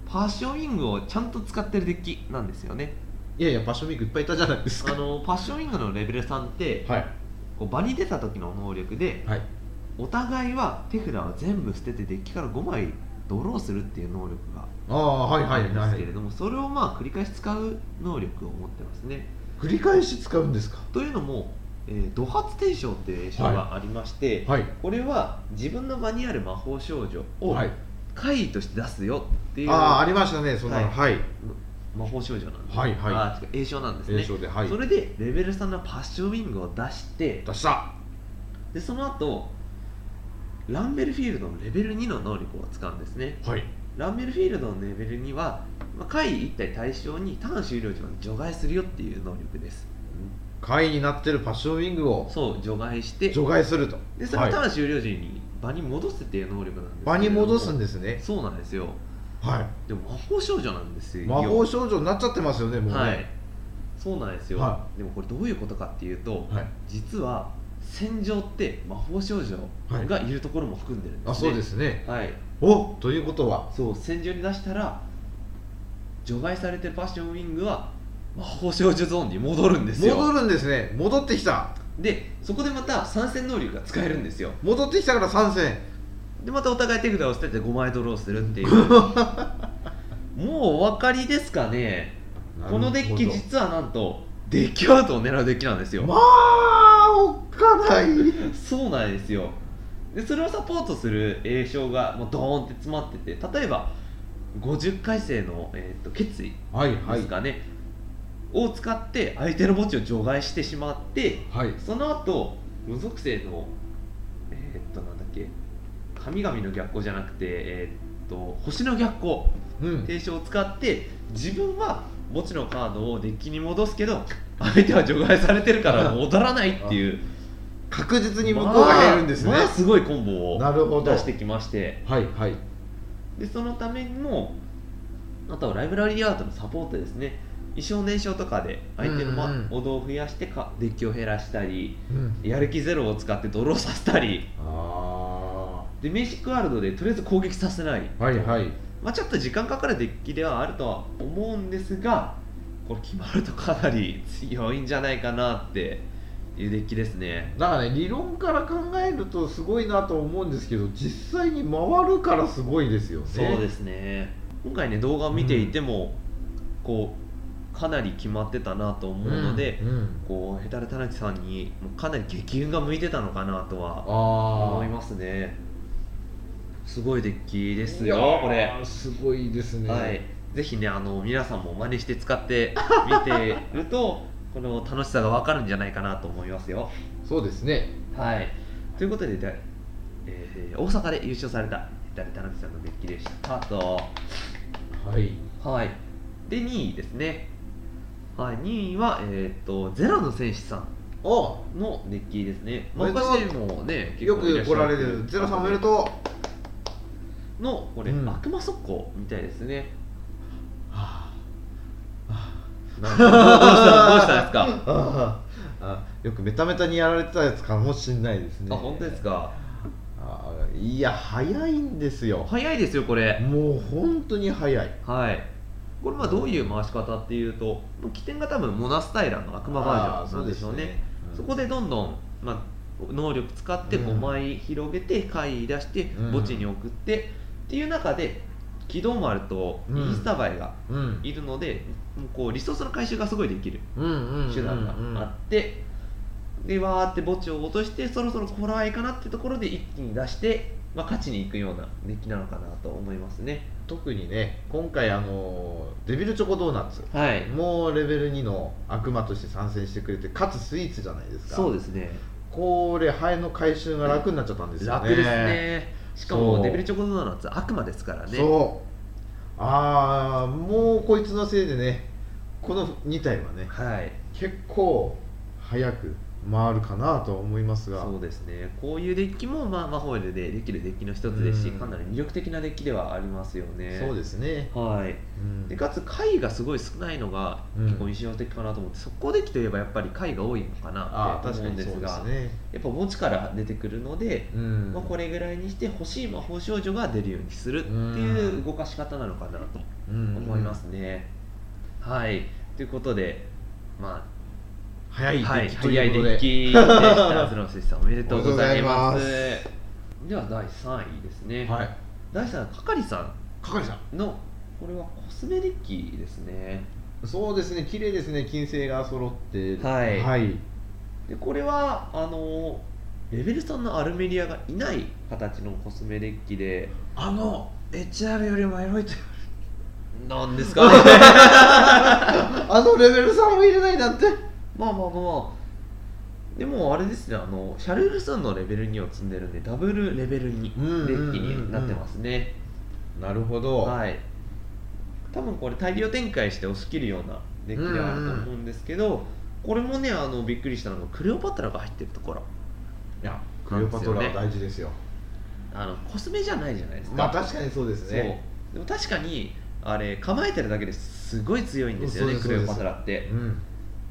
[SPEAKER 2] パッションウィングをちゃんと使ってるデッキなんですよね
[SPEAKER 1] いやいやパッションミックいっぱいいたじゃないです
[SPEAKER 2] あ
[SPEAKER 1] か
[SPEAKER 2] のパッションウィングのレベル3って
[SPEAKER 1] はい
[SPEAKER 2] こう場に出た時の能力で
[SPEAKER 1] はい
[SPEAKER 2] お互いは手札を全部捨ててデッキから5枚ドローするっていう能力が
[SPEAKER 1] ああはい
[SPEAKER 2] あ
[SPEAKER 1] はい
[SPEAKER 2] るんで
[SPEAKER 1] は
[SPEAKER 2] す
[SPEAKER 1] い
[SPEAKER 2] けれどもそれをまあ繰り返し使う能力を持ってますね
[SPEAKER 1] 繰り返し使うんですか
[SPEAKER 2] というのも、えー、ド発転生っていう印象がありまして、
[SPEAKER 1] はい
[SPEAKER 2] これは自分の場にある魔法少女を
[SPEAKER 1] はい
[SPEAKER 2] 怪異として出すよっていう
[SPEAKER 1] ああーあ
[SPEAKER 2] 魔
[SPEAKER 1] りましたねそんなのはい
[SPEAKER 2] 法少女なんです、
[SPEAKER 1] はいはい
[SPEAKER 2] あー違う栄称なんですね
[SPEAKER 1] 映像ではい
[SPEAKER 2] それでレベル3のパッションウィングを出して
[SPEAKER 1] 出した
[SPEAKER 2] でその後ランベルフィールドのレベル2の能力を使うんですね
[SPEAKER 1] はい
[SPEAKER 2] ランベルフィールドのレベル2は、まあ、怪異1体対象にターン終了時まで除外するよっていう能力です
[SPEAKER 1] 下位になってるパッションウィングを
[SPEAKER 2] そう除外して
[SPEAKER 1] 除外すると
[SPEAKER 2] でそれをただ終了時に場に戻すっていう能力なんですけれども
[SPEAKER 1] 場に戻すんですね
[SPEAKER 2] そうなんですよ
[SPEAKER 1] は
[SPEAKER 2] でも魔法少女なんです
[SPEAKER 1] い
[SPEAKER 2] よ
[SPEAKER 1] 魔法少女になっちゃってますよねもうね
[SPEAKER 2] はいそうなんですよ、
[SPEAKER 1] は
[SPEAKER 2] でもこれどういうことかっていうと、
[SPEAKER 1] はい
[SPEAKER 2] 実は戦場って魔法少女がいるところも含んでるんです、ね
[SPEAKER 1] あそうですね
[SPEAKER 2] はい
[SPEAKER 1] おということは
[SPEAKER 2] そう戦場に出したら除外されてるパッションウィングは魔法少女ゾーンに戻るんですよ
[SPEAKER 1] 戻るんですね戻ってきた
[SPEAKER 2] でそこでまた参戦能力が使えるんですよ
[SPEAKER 1] 戻ってきたから参戦
[SPEAKER 2] でまたお互い手札を捨てて5枚ドローする っていうもうお分かりですかねこのデッキ
[SPEAKER 1] なるほ
[SPEAKER 2] 実はなんとデッキアウトを狙うデッキなんですよ、
[SPEAKER 1] どまあおっかない
[SPEAKER 2] そうなんですよでそれをサポートする栄称がもうドーンって詰まってて例えば50回生の、えー、と決意
[SPEAKER 1] はいは
[SPEAKER 2] で
[SPEAKER 1] い
[SPEAKER 2] すかね、を使って相手の墓地を除外してしまって
[SPEAKER 1] はい
[SPEAKER 2] その後無属性のえーっとなんだっけ神々の逆行じゃなくてえーっと星の逆行
[SPEAKER 1] うん
[SPEAKER 2] 提唱を使って自分は墓地のカードをデッキに戻すけど相手は除外されてるから戻らないっていう
[SPEAKER 1] 確実に向こうが減るんですね
[SPEAKER 2] まあまあすごいコンボを
[SPEAKER 1] なるほど
[SPEAKER 2] 出してきまして
[SPEAKER 1] はいはい
[SPEAKER 2] でそのためにもあとはライブラリーアートのサポートですね衣装燃焼とかで相手のま
[SPEAKER 1] うんうん
[SPEAKER 2] お堂を増やしてかデッキを減らしたり
[SPEAKER 1] うん
[SPEAKER 2] やる気ゼロを使ってドローさせたり
[SPEAKER 1] あ
[SPEAKER 2] でメイシックワールドでとりあえず攻撃させない、
[SPEAKER 1] あはいはい
[SPEAKER 2] まあ、ちょっと時間かかるデッキではあるとは思うんですがこれ決まるとかなり強いんじゃないかなっていうデッキですね
[SPEAKER 1] だからね理論から考えるとすごいなと思うんですけど実際に回るからすごいですよね
[SPEAKER 2] そうですね今回ね動画を見ていても、こうかなり決まってたなと思うので、
[SPEAKER 1] うんうん
[SPEAKER 2] こうヘタレタナキさんにもうかなり激運が向いてたのかなとは
[SPEAKER 1] あ
[SPEAKER 2] 思い
[SPEAKER 1] あ
[SPEAKER 2] ますねすごいデッキです
[SPEAKER 1] いや
[SPEAKER 2] よ
[SPEAKER 1] ー
[SPEAKER 2] これ、
[SPEAKER 1] すごいですね
[SPEAKER 2] はいぜひねあの皆さんも真似して使ってみてると この楽しさがわかるんじゃないかなと思いますよ
[SPEAKER 1] そうですね
[SPEAKER 2] はいということで、でえー大阪で優勝されたヘタレタナキさんのデッキでしたと
[SPEAKER 1] はい
[SPEAKER 2] はいで2位ですねはい2位はえーっ、とゼラの戦士さん
[SPEAKER 1] お
[SPEAKER 2] のデッキですね。
[SPEAKER 1] おめ
[SPEAKER 2] マ
[SPEAKER 1] でとう
[SPEAKER 2] カシもね、
[SPEAKER 1] よく来られるゼロさんおめで
[SPEAKER 2] う。
[SPEAKER 1] と
[SPEAKER 2] の、これ、
[SPEAKER 1] うん
[SPEAKER 2] 悪魔速攻みたいですね。
[SPEAKER 1] うは
[SPEAKER 2] なんかどうしたどうしたんです
[SPEAKER 1] あ
[SPEAKER 2] か。
[SPEAKER 1] ああよくメタメタにやられてたやつかもしんないですね
[SPEAKER 2] あ、本当ですか。
[SPEAKER 1] あいや早いんですよ
[SPEAKER 2] 早いですよ、これ。
[SPEAKER 1] もう本当に早い
[SPEAKER 2] はい。これまあどういう回し方っていうと、もう起点が多分モナスタイラの悪魔バージョンなんでしょうね。そ
[SPEAKER 1] あーそうですねうん
[SPEAKER 2] こでどんどん、まあ、能力使って
[SPEAKER 1] う
[SPEAKER 2] 5
[SPEAKER 1] ん
[SPEAKER 2] 枚広げて、回出して、
[SPEAKER 1] うん
[SPEAKER 2] 墓地に送って、っていう中で、軌道丸とイースタバイが
[SPEAKER 1] うん
[SPEAKER 2] いるので、もうこうリソースの回収がすごいできる。
[SPEAKER 1] うんうんうん
[SPEAKER 2] 手段があって、でわーって墓地を落としてそろそろこれはいいかなってところで一気に出して、まあ、勝ちに行くようなデッキなのかなと思いますね
[SPEAKER 1] 特にね今回あのデビルチョコドーナツ
[SPEAKER 2] はい
[SPEAKER 1] もうレベル2の悪魔として参戦してくれてかつスイーツじゃないですか
[SPEAKER 2] そうですね
[SPEAKER 1] これハエの回収が楽になっちゃったんですよ
[SPEAKER 2] 楽
[SPEAKER 1] ね
[SPEAKER 2] ですねしか
[SPEAKER 1] そ
[SPEAKER 2] も
[SPEAKER 1] う
[SPEAKER 2] デビルチョコドーナツ悪魔ですからね
[SPEAKER 1] そうああもうこいつのせいでねこの2体はね
[SPEAKER 2] はい
[SPEAKER 1] 結構早く回るかなとは思いますが
[SPEAKER 2] そうですねこういうデッキもまあ魔法でできるデッキの一つですし
[SPEAKER 1] うん
[SPEAKER 2] かなり魅力的なデッキではありますよね
[SPEAKER 1] そうですね、
[SPEAKER 2] はい
[SPEAKER 1] うん
[SPEAKER 2] でかつ回がすごい少ないのが
[SPEAKER 1] うん
[SPEAKER 2] 結構印象的かなと思って、速攻デッキといえばやっぱり回が多いのかな
[SPEAKER 1] あ
[SPEAKER 2] って
[SPEAKER 1] ー確
[SPEAKER 2] 思
[SPEAKER 1] か
[SPEAKER 2] うん
[SPEAKER 1] に
[SPEAKER 2] です
[SPEAKER 1] そうで
[SPEAKER 2] が
[SPEAKER 1] すね、
[SPEAKER 2] やっぱ墓地から出てくるので、
[SPEAKER 1] うん
[SPEAKER 2] まあ、これぐらいにして欲しい魔法少女が出るようにするっていう動かし方なのかなと
[SPEAKER 1] うん
[SPEAKER 2] 思いますね。はいということで、ま
[SPEAKER 1] 早
[SPEAKER 2] あ、
[SPEAKER 1] いデ
[SPEAKER 2] はい、
[SPEAKER 1] ッキと
[SPEAKER 2] 早い
[SPEAKER 1] い
[SPEAKER 2] デ
[SPEAKER 1] うこと
[SPEAKER 2] ッ
[SPEAKER 1] で
[SPEAKER 2] キでし た。ズロン先生おめでとうござい
[SPEAKER 1] お
[SPEAKER 2] ま
[SPEAKER 1] め
[SPEAKER 2] す
[SPEAKER 1] でとうござい。
[SPEAKER 2] では第3位ですね。
[SPEAKER 1] はい
[SPEAKER 2] 第3位は係さ
[SPEAKER 1] 係さん
[SPEAKER 2] んのこれはコスメデッキですね。
[SPEAKER 1] そうですね、綺麗ですね、金星が揃って、
[SPEAKER 2] はい
[SPEAKER 1] はい、
[SPEAKER 2] でこれはあのレベル3のアルメリアがいない形のコスメデッキで
[SPEAKER 1] あの HR よりもエロいと、
[SPEAKER 2] なんですかね。
[SPEAKER 1] あのレベル3を入れないなんて、
[SPEAKER 2] まあまあまあまあでもあれですねあのシャルールさんのレベル2を積んでるんでダブルレベル
[SPEAKER 1] うんうんうんう
[SPEAKER 2] 2
[SPEAKER 1] ん
[SPEAKER 2] デッキになってますね、
[SPEAKER 1] なるほど、
[SPEAKER 2] はい多分これ大量展開して押し切るようなデッキではあると思うんですけど、これもねあのびっくりしたのがクレオパトラが入ってるところ
[SPEAKER 1] いやクレオパトラは大事ですよ
[SPEAKER 2] あのコスメじゃないじゃないですか、
[SPEAKER 1] まあ確かにそうですね
[SPEAKER 2] そうでも確かにあれ構えてるだけですごい強いんですよね
[SPEAKER 1] そうです
[SPEAKER 2] クレオパトラって、
[SPEAKER 1] うん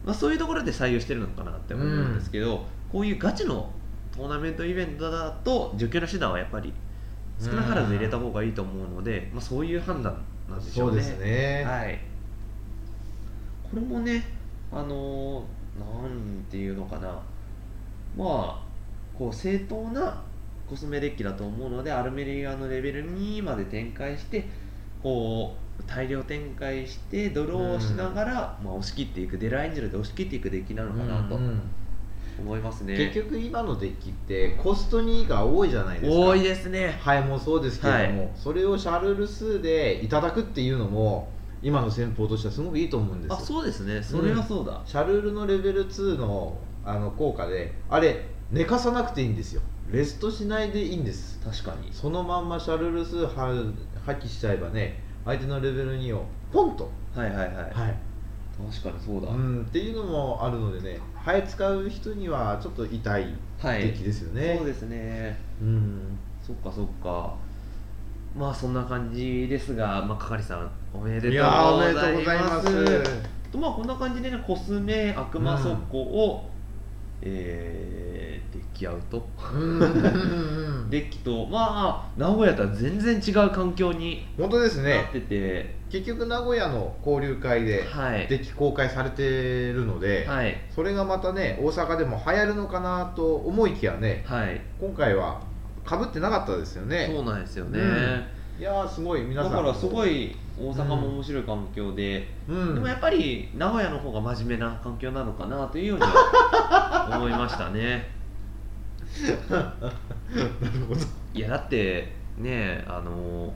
[SPEAKER 2] まあ、そういうところで採用してるのかなって思うんですけど、こういうガチのトーナメントイベントだと除去の手段はやっぱり少なからず入れた方がいいと思うので、まあ、そういう判断なんでしょ
[SPEAKER 1] そうう
[SPEAKER 2] ね
[SPEAKER 1] ですね、
[SPEAKER 2] はい、これもねあのーなんていうのかなまあこう正当なコスメデッキだと思うのでアルメリアのレベル2まで展開してこう大量展開してドローをしながら、まあ、押し切っていくデラエンジェルで押し切っていくデッキなのかなと
[SPEAKER 1] うんうん
[SPEAKER 2] 思いますね、
[SPEAKER 1] 結局今のデッキってコスト2が多いじゃないですか
[SPEAKER 2] 多いですね
[SPEAKER 1] はいもうそうですけれども、それをシャルル数でいただくっていうのも今の戦法としてはすごくいいと思うんです
[SPEAKER 2] あそうですねそれはそうだ、
[SPEAKER 1] シャルルのレベル2のあの効果であれ寝かさなくていいんですよレストしないでいいんです
[SPEAKER 2] 確かに
[SPEAKER 1] そのまんまシャルル数破破棄しちゃえばね相手のレベル2をポンと、
[SPEAKER 2] はいはいはい、
[SPEAKER 1] はい
[SPEAKER 2] 確かにそうだ、
[SPEAKER 1] うん、っていうのもあるのでねハエ使う人にはちょっと痛い
[SPEAKER 2] はい
[SPEAKER 1] 敵ですよね、
[SPEAKER 2] そうですね
[SPEAKER 1] うん
[SPEAKER 2] そっかそっかまあそんな感じですが、まあ、係さんおめでとうござい
[SPEAKER 1] やーお
[SPEAKER 2] ます
[SPEAKER 1] めでとうございます
[SPEAKER 2] とまあこんな感じでねコスメ悪魔速攻を、えー、デッキアウト
[SPEAKER 1] うん
[SPEAKER 2] デッキとまあ名古屋とは全然違う環境に
[SPEAKER 1] 本当です
[SPEAKER 2] なっ
[SPEAKER 1] ね
[SPEAKER 2] てて、
[SPEAKER 1] 結局名古屋の交流会で
[SPEAKER 2] はい
[SPEAKER 1] デッキ公開されてるので、
[SPEAKER 2] はい
[SPEAKER 1] それがまたね大阪でも流行るのかなと思いきやね
[SPEAKER 2] はい、
[SPEAKER 1] 今回はかぶってなかったですよね
[SPEAKER 2] そうなんですよね、
[SPEAKER 1] うんいやーすごい皆
[SPEAKER 2] だ
[SPEAKER 1] さん
[SPEAKER 2] からすご、い大阪も面白い環境で、
[SPEAKER 1] うん、
[SPEAKER 2] でもやっぱり名古屋の方が真面目な環境なのかなというようには思いましたね。
[SPEAKER 1] なるほど
[SPEAKER 2] いやだってねあの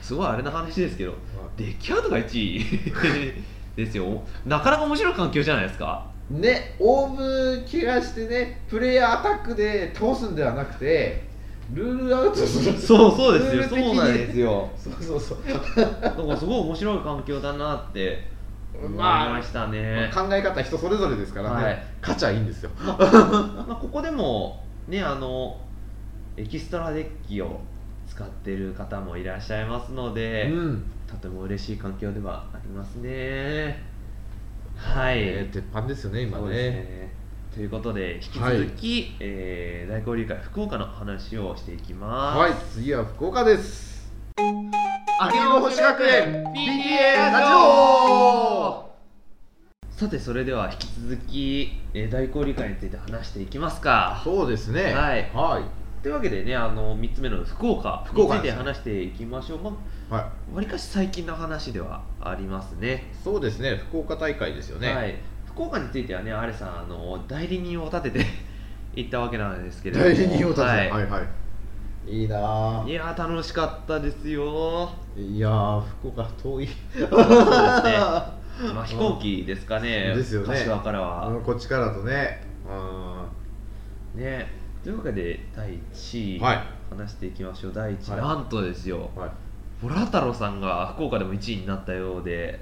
[SPEAKER 2] すごいあれな話ですけど出来アウトが1位 ですよなかなか面白い環境じゃないです か
[SPEAKER 1] ねオーブ怪我してねプレイヤーアタックで倒すんではなくてルールアウトする
[SPEAKER 2] そうそうですよ
[SPEAKER 1] ルール的に
[SPEAKER 2] そうなんですよ
[SPEAKER 1] そうそうそう
[SPEAKER 2] だからすごい面白い環境だなって思い
[SPEAKER 1] まあ
[SPEAKER 2] ましたね、
[SPEAKER 1] 考え方人それぞれですからね、
[SPEAKER 2] はい
[SPEAKER 1] 勝ちゃいいんですよ
[SPEAKER 2] まあ、ここでもねあのエキストラデッキを使ってる方もいらっしゃいますので、
[SPEAKER 1] ん
[SPEAKER 2] とても嬉しい環境ではありますねはい、
[SPEAKER 1] えー鉄板ですよね今
[SPEAKER 2] そう
[SPEAKER 1] ね
[SPEAKER 2] ですねということで引き続き、えー大交流会福岡の話をしていきます、
[SPEAKER 1] はい次は福岡です
[SPEAKER 3] 秋の星学園
[SPEAKER 2] PTA
[SPEAKER 1] ラジオ
[SPEAKER 2] さてそれでは引き続き、えー大交流会について話していきますか
[SPEAKER 1] そうですね
[SPEAKER 2] はい
[SPEAKER 1] は
[SPEAKER 2] というわけでねあの3つ目の福岡
[SPEAKER 1] 福
[SPEAKER 2] につ
[SPEAKER 1] 岡
[SPEAKER 2] い
[SPEAKER 1] で
[SPEAKER 2] て
[SPEAKER 1] すね
[SPEAKER 2] 話していきましょうまあ
[SPEAKER 1] い、はい
[SPEAKER 2] わりかし最近の話ではありますね
[SPEAKER 1] そうですね、福岡大会ですよね。
[SPEAKER 2] はい、福岡についてはね、アレさん、あの代理人を立てて 行ったわけなんですけれども、
[SPEAKER 1] 代理人を立てて、
[SPEAKER 2] は
[SPEAKER 1] はいい、はいい。いないぁ。
[SPEAKER 2] やー、楽しかったですよ、
[SPEAKER 1] いやー、福岡遠 い。
[SPEAKER 2] そうですね まあ、飛行機ですかね、
[SPEAKER 1] ですよね
[SPEAKER 2] 柏から
[SPEAKER 1] う
[SPEAKER 2] は。
[SPEAKER 1] んこっちからとね。うん。
[SPEAKER 2] ね、というわけで、第1位、
[SPEAKER 1] はい
[SPEAKER 2] 話していきましょう、第1位、
[SPEAKER 1] はい
[SPEAKER 2] なんとですよ、
[SPEAKER 1] はい。
[SPEAKER 2] ボラ太郎さんが福岡でも1位になったようで、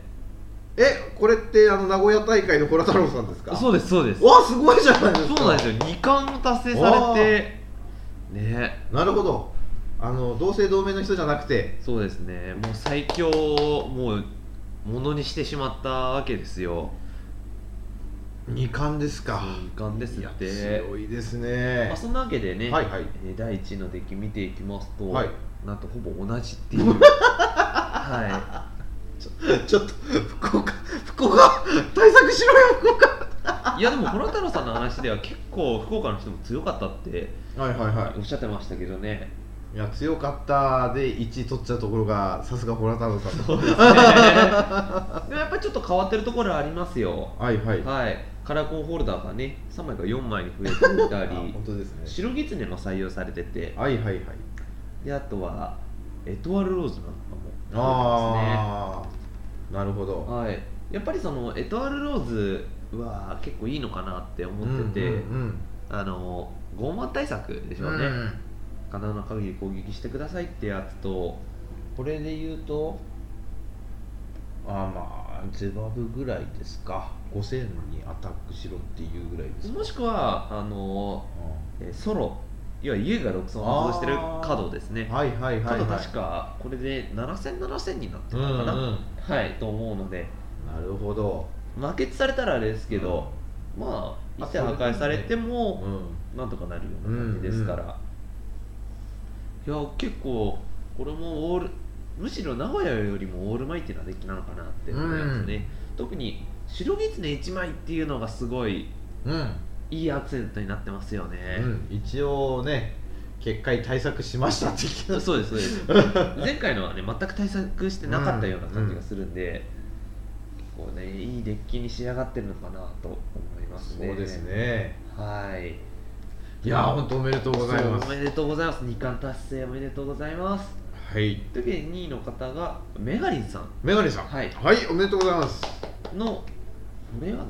[SPEAKER 1] え、これってあの名古屋大会のホラ太郎さんですか。
[SPEAKER 2] そうです、そうです、
[SPEAKER 1] わあ、すごいじゃないです
[SPEAKER 2] そ
[SPEAKER 1] か。
[SPEAKER 2] うなんですよ、2冠達成されて、ね。
[SPEAKER 1] なるほど。あの同姓同名の人じゃなくて。
[SPEAKER 2] そうですねもう最強をもうものにしてしまったわけですよ
[SPEAKER 1] 二冠ですか。
[SPEAKER 2] 瞬間です
[SPEAKER 1] いや
[SPEAKER 2] って
[SPEAKER 1] 強いですね
[SPEAKER 2] まあ、。そんなわけでね、
[SPEAKER 1] はいはい
[SPEAKER 2] えー第1のデッキ見ていきますと、
[SPEAKER 1] はい
[SPEAKER 2] なんとほぼ同じっていうは
[SPEAKER 1] ちょっと福岡、福岡対策しろよ福岡。
[SPEAKER 2] いいやでもホラ太郎さんの話では結構福岡の人も強かったって
[SPEAKER 1] はいはいはい
[SPEAKER 2] お。っしゃってましたけどね
[SPEAKER 1] いや強かったで1位取っちゃうところがさすがホラ太郎さん
[SPEAKER 2] そうですねでもやっぱりちょっと変わってるところはありますよ
[SPEAKER 1] はいはい
[SPEAKER 2] はいカラコンホルダーがね3枚から4枚に増えていた
[SPEAKER 1] あ
[SPEAKER 2] り
[SPEAKER 1] 本当ですね
[SPEAKER 2] 白狐が採用されてて
[SPEAKER 1] はいはいはい
[SPEAKER 2] であとはエトワール・ローズなんかもあ
[SPEAKER 1] ああ、なるほ
[SPEAKER 2] り
[SPEAKER 1] ど
[SPEAKER 2] ますね、はい、やっぱりそのエトワール・ローズは結構いいのかなって思ってて、
[SPEAKER 1] うんうん
[SPEAKER 2] あの傲慢対策でし
[SPEAKER 1] う
[SPEAKER 2] ょ
[SPEAKER 1] ん
[SPEAKER 2] うね、可能な限り攻撃してくださいってやつとこれで言うと
[SPEAKER 1] あーまあは
[SPEAKER 2] ゼバブぐらいですか
[SPEAKER 1] い、5000にアタックしろっていうぐらいですか、
[SPEAKER 2] もしくはあのえーソロ要は家が6000を発動してる角ですね
[SPEAKER 1] うんはいはいはい、
[SPEAKER 2] 角
[SPEAKER 1] はい、
[SPEAKER 2] 確かこれで70007000になってた
[SPEAKER 1] うん、う
[SPEAKER 2] のかな、
[SPEAKER 1] ん、
[SPEAKER 2] はいと思うので
[SPEAKER 1] なるほど、
[SPEAKER 2] 負けされたらあれですけど、まあ
[SPEAKER 1] あ
[SPEAKER 2] 一切破壊されても
[SPEAKER 1] うん、
[SPEAKER 2] なんとかなるような感じですから、いや結構これもオールむしろ名古屋よりもオールマイティなデッキなのかなって思いますね、特に白狐1枚っていうのがすごい
[SPEAKER 1] うん
[SPEAKER 2] いいアクセントになってますよ
[SPEAKER 1] う
[SPEAKER 2] ね、
[SPEAKER 1] ん、一応ね結界対策しましたって聞いた
[SPEAKER 2] そうですそうです 前回のはね全く対策してなかったような感じがするんで、結構ねいいデッキに仕上がってるのかなと思いますね
[SPEAKER 1] そうですね
[SPEAKER 2] はい
[SPEAKER 1] いやー本当おめでとうございま
[SPEAKER 2] お
[SPEAKER 1] す
[SPEAKER 2] めでとうございます二冠達成おめでとうございます
[SPEAKER 1] はい
[SPEAKER 2] というわけで2位の方がメガリンさん
[SPEAKER 1] メガネさん
[SPEAKER 2] はい
[SPEAKER 1] はいおめでとうございます
[SPEAKER 2] のこれはなん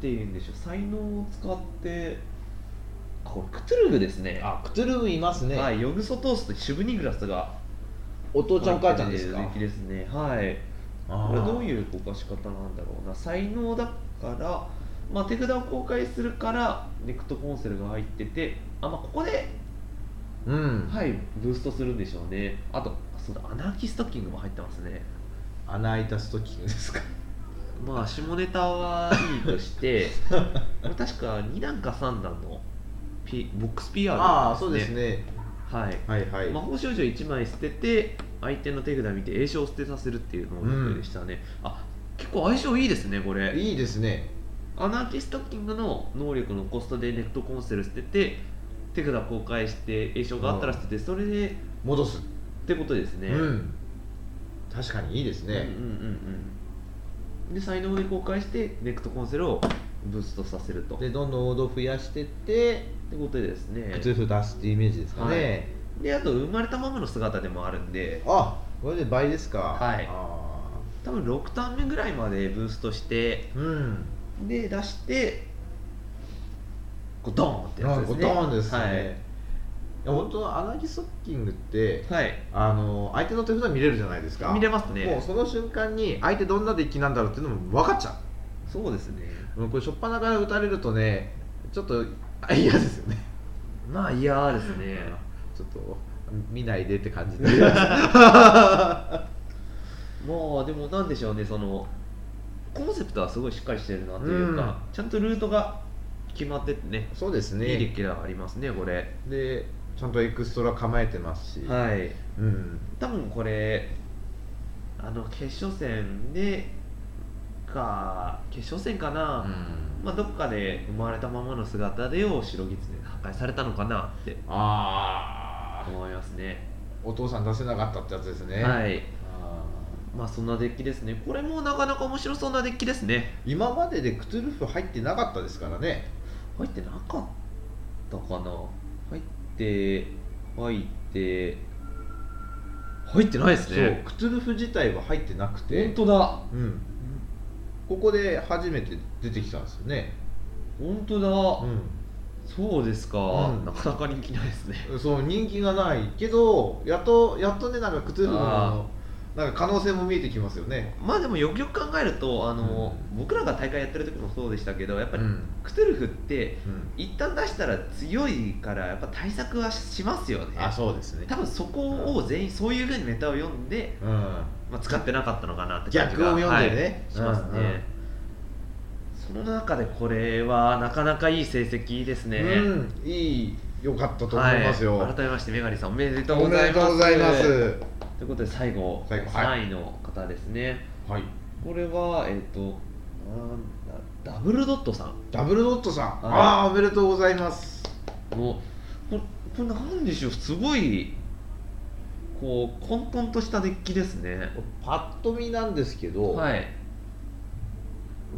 [SPEAKER 2] ていうんでしょう才能を使ってあこれクトゥルフですね
[SPEAKER 1] あクトゥルフいますね、
[SPEAKER 2] はいヨグソトースとシュブニグラスが
[SPEAKER 1] お父ちゃんお母ちゃ
[SPEAKER 2] 入
[SPEAKER 1] ん
[SPEAKER 2] っ
[SPEAKER 1] で
[SPEAKER 2] て
[SPEAKER 1] す
[SPEAKER 2] る
[SPEAKER 1] か
[SPEAKER 2] 敵ですねはいこれどういう動かし方なんだろうな才能だから、まあ、手札を公開するからネクトコンセルが入っててあ、まあ、ここで
[SPEAKER 1] ううん
[SPEAKER 2] はい、ブーストするんでしょうね。あと、そうだ、アナーキストッキングも入ってますね。
[SPEAKER 1] 穴開いたストッキングですか
[SPEAKER 2] まあ、下ネタはいいと して、これ確か2段か3段の、P、ボックス PR
[SPEAKER 1] ああそうです。ね
[SPEAKER 2] はい。
[SPEAKER 1] はいはい、
[SPEAKER 2] 魔法少女1枚捨てて、相手の手札見て、栄翔を捨てさせるっていう能力でしたね。あ結構相性いいですね、これ。
[SPEAKER 1] いいですね
[SPEAKER 2] アナーキストッキングの能力のコストでネットコンセル捨てて、手札公開して、栄翔があったら捨てて、それで、っ
[SPEAKER 1] 戻す、
[SPEAKER 2] てことですね。
[SPEAKER 1] うん確かにいいですね
[SPEAKER 2] うんうんうんうんで才能で公開してネクトコンセルをブーストさせるとっ
[SPEAKER 1] でどんどん王道増やしてって
[SPEAKER 2] てことでですね
[SPEAKER 1] クトゥルフ出すっていうイメージですかね、
[SPEAKER 2] であと生まれたままの姿でもあるんで
[SPEAKER 1] あこれで倍ですか
[SPEAKER 2] はい
[SPEAKER 1] あ
[SPEAKER 2] 多分6ターン目ぐらいまでブーストして
[SPEAKER 1] ーうん
[SPEAKER 2] で出してこうドーンってやつですね
[SPEAKER 1] ドーンですね、い、や本当アナギソッキングって
[SPEAKER 2] はい、はい
[SPEAKER 1] あの相手の手札見れるじゃないですか
[SPEAKER 2] 見れます
[SPEAKER 1] もう
[SPEAKER 2] ね
[SPEAKER 1] その瞬間に相手どんなデッキなんだろうっていうのも分かっちゃ
[SPEAKER 2] そうですね
[SPEAKER 1] う、うん、これ初っ端から打たれるとねちょっとあ嫌ですよね
[SPEAKER 2] まあ嫌です ね
[SPEAKER 1] ちょっと見ないでって感じにな ります
[SPEAKER 2] まあでもなんでしょうねそのコンセプトはすごいしっかりしてるなというか、ちゃんとルートが決まっててね
[SPEAKER 1] そうです
[SPEAKER 2] いいデ
[SPEAKER 1] ね
[SPEAKER 2] ッキがありますねこれ
[SPEAKER 1] でちゃんとエクストラ構えてますし、
[SPEAKER 2] はい
[SPEAKER 1] うん
[SPEAKER 2] 多分これあの決勝戦でか決勝戦か
[SPEAKER 1] う
[SPEAKER 2] な、
[SPEAKER 1] ん
[SPEAKER 2] まあ、どっかで生まれたままの姿でを白狐で破壊されたのかなって
[SPEAKER 1] ああ
[SPEAKER 2] 思いますね
[SPEAKER 1] お父さん出せなかったってやつですね、
[SPEAKER 2] はい
[SPEAKER 1] あー
[SPEAKER 2] まあそんなデッキですねこれもなかなか面白そうなデッキですね
[SPEAKER 1] 今まででクトゥルフ入ってなかったですからね
[SPEAKER 2] 入ってなかったかな入って入って入ってないですね
[SPEAKER 1] そうクトゥルフ自体は入ってなくて
[SPEAKER 2] 本当だ
[SPEAKER 1] うん、ここで初めて出てきたんですよね、
[SPEAKER 2] 本当だ、
[SPEAKER 1] う
[SPEAKER 2] そうですか、
[SPEAKER 1] うん
[SPEAKER 2] なかなか人気ないですね
[SPEAKER 1] ん、そう人気がないけどやっとやっとねなんかクトゥルフ
[SPEAKER 2] あ
[SPEAKER 1] のなんか可能性も見えてきますよね
[SPEAKER 2] まあでもよくよく考えるとあの、僕らが大会やってる時もそうでしたけどやっぱ
[SPEAKER 1] う
[SPEAKER 2] り、
[SPEAKER 1] ん、
[SPEAKER 2] クトゥルフって
[SPEAKER 1] うん、
[SPEAKER 2] 一旦出したら強いからやっぱ対策はしますよね
[SPEAKER 1] そうですね
[SPEAKER 2] 多分そこを全員そういうふうにメタを読んで、
[SPEAKER 1] うん
[SPEAKER 2] まあ、使ってなかったのかなって感じ
[SPEAKER 1] 逆
[SPEAKER 2] が
[SPEAKER 1] を読んでね、
[SPEAKER 2] はいしますね、その中でこれはなかなかいい成績ですね、
[SPEAKER 1] うんうんうんいい良かったと思
[SPEAKER 2] はい
[SPEAKER 1] ますよ、
[SPEAKER 2] 改めましてメガリさんおめでとう
[SPEAKER 1] お
[SPEAKER 2] ご
[SPEAKER 1] め
[SPEAKER 2] ざい
[SPEAKER 1] で
[SPEAKER 2] ます
[SPEAKER 1] とうございます
[SPEAKER 2] ということで最後
[SPEAKER 1] 最後は
[SPEAKER 2] 3位の方ですね、
[SPEAKER 1] はい
[SPEAKER 2] これはえっ、となんだダブルドットさ
[SPEAKER 1] ダブルドットさん、
[SPEAKER 2] はい
[SPEAKER 1] ああおめでとうございます
[SPEAKER 2] んのここれなんでしょうすごいこう混沌としたデッキですね
[SPEAKER 1] パッと見なんですけど、
[SPEAKER 2] はい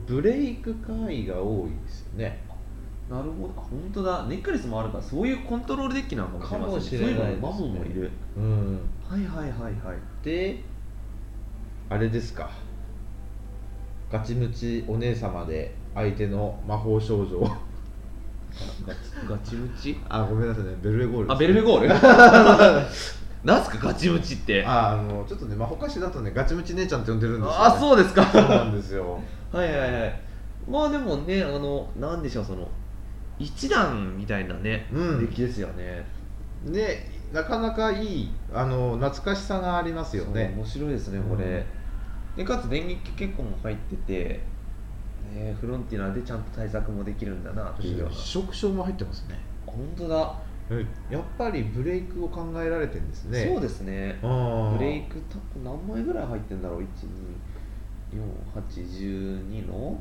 [SPEAKER 1] ブレイク回が多いですよね
[SPEAKER 2] なるほどあ本当だネックレスもあるからそういうコントロールデッキなのかもしれません
[SPEAKER 1] かもしれないですね
[SPEAKER 2] マモンもいる
[SPEAKER 1] うん
[SPEAKER 2] はいはいはいはい
[SPEAKER 1] であれですかガチムチお姉様で相手の魔法少 女を
[SPEAKER 2] ガチガチムチ
[SPEAKER 1] あごめんなさいねベルベゴール
[SPEAKER 2] あベルベゴールなんすかガチムチってあ
[SPEAKER 1] ああのちょっとね、まあ、ほかしだとね、ガチムチ姉ちゃんって呼んでるんですよ、ね。
[SPEAKER 2] あそうですか
[SPEAKER 1] そうな
[SPEAKER 2] は
[SPEAKER 1] んですよ。
[SPEAKER 2] いはいはいまあでもねあのなんでしょうその一段みたいなね、
[SPEAKER 1] うん
[SPEAKER 2] 出来ですよね
[SPEAKER 1] で、なかなかいい、あの懐かしさがありますよ
[SPEAKER 2] そう
[SPEAKER 1] ね。
[SPEAKER 2] 面白いですねこれ、
[SPEAKER 1] うん
[SPEAKER 2] でかつ電撃結構も入っててねフロンティナでちゃんと対策もできるんだなというような
[SPEAKER 1] 触症も入ってますね。
[SPEAKER 2] 本当だ、
[SPEAKER 1] やっぱりブレイクを考えられてるんですね。
[SPEAKER 2] そう
[SPEAKER 1] で
[SPEAKER 2] ですね
[SPEAKER 1] す
[SPEAKER 2] ブレイクタップ何枚ぐらい入ってんだろう12482の、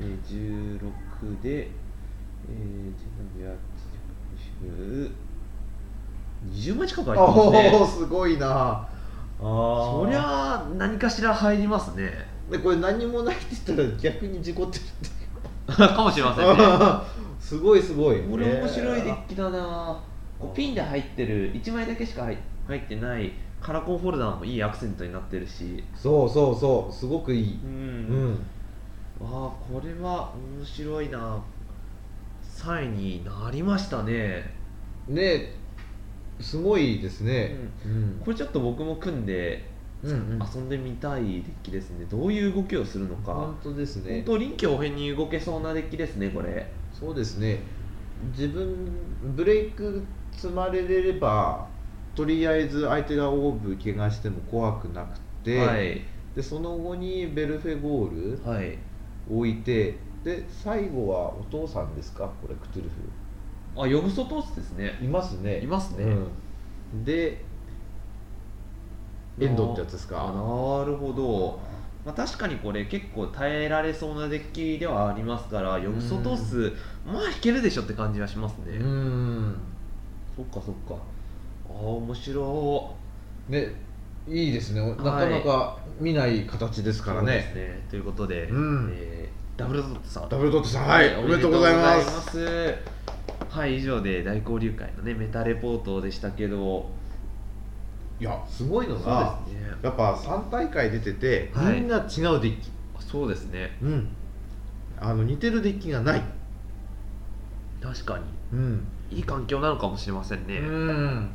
[SPEAKER 2] えー、16で、えー、1720枚近く入っ
[SPEAKER 1] あ
[SPEAKER 2] てます
[SPEAKER 1] お
[SPEAKER 2] ね
[SPEAKER 1] ーすごいなあー
[SPEAKER 2] そりゃあ何かしら入りますね
[SPEAKER 1] でこれ何もないって言ったら逆に事故ってるっ て
[SPEAKER 2] かもしれませんね
[SPEAKER 1] すごいすごい
[SPEAKER 2] これ面白いデ
[SPEAKER 1] ね
[SPEAKER 2] ッキだなこうピンで入ってる1枚だけしか入入ってないカラコンホルダーもいいアクセントになってるし
[SPEAKER 1] そうそうそうすごくいい
[SPEAKER 2] うん、
[SPEAKER 1] うん
[SPEAKER 2] わあこれは面白いな3位になりましたね、
[SPEAKER 1] ねすごいですねうん
[SPEAKER 2] これちょっと僕も組んで
[SPEAKER 1] うんうん
[SPEAKER 2] 遊んでみたいデッキですねどういう動きをするのか
[SPEAKER 1] 本当です
[SPEAKER 2] 本
[SPEAKER 1] ね
[SPEAKER 2] 当臨機応変に動けそうなデッキですねこれ
[SPEAKER 1] そうですね自分ブレイク積まれればとりあえず相手がオーブ怪我しても怖くなくて、
[SPEAKER 2] はい
[SPEAKER 1] でその後にベルフェゴール
[SPEAKER 2] はい
[SPEAKER 1] 置いてで最後はお父さんですかこれクトゥルフ
[SPEAKER 2] あヨグソトースですね
[SPEAKER 1] いますね
[SPEAKER 2] いますね
[SPEAKER 1] うんでエンドってやつです
[SPEAKER 2] あな
[SPEAKER 1] か
[SPEAKER 2] るほど、まあ、確かにこれ結構耐えられそうなデッキではありますからよく外数まあ引けるでしょって感じはします
[SPEAKER 1] う
[SPEAKER 2] ね、
[SPEAKER 1] ん
[SPEAKER 2] そっかそっかああ面白
[SPEAKER 1] ねいいですねなか
[SPEAKER 2] はい
[SPEAKER 1] なか見ない形です
[SPEAKER 2] い
[SPEAKER 1] から
[SPEAKER 2] そうで
[SPEAKER 1] ね
[SPEAKER 2] すということで、
[SPEAKER 1] うん
[SPEAKER 2] えーダブルドットさん
[SPEAKER 1] ダブルドットさんはいおめでとうござい
[SPEAKER 2] お
[SPEAKER 1] ま
[SPEAKER 2] めですとうございますはい以上で大交流会のねメタレポートでしたけど
[SPEAKER 1] いやすごいの
[SPEAKER 2] そう
[SPEAKER 1] が
[SPEAKER 2] ですね
[SPEAKER 1] やっぱ3大会出てて
[SPEAKER 2] はい
[SPEAKER 1] みんな違うデッキ
[SPEAKER 2] そうですね
[SPEAKER 1] うんあの似てるデッキがない
[SPEAKER 2] 確か
[SPEAKER 1] うん
[SPEAKER 2] にいい環境なのかもしれませんね、
[SPEAKER 1] うん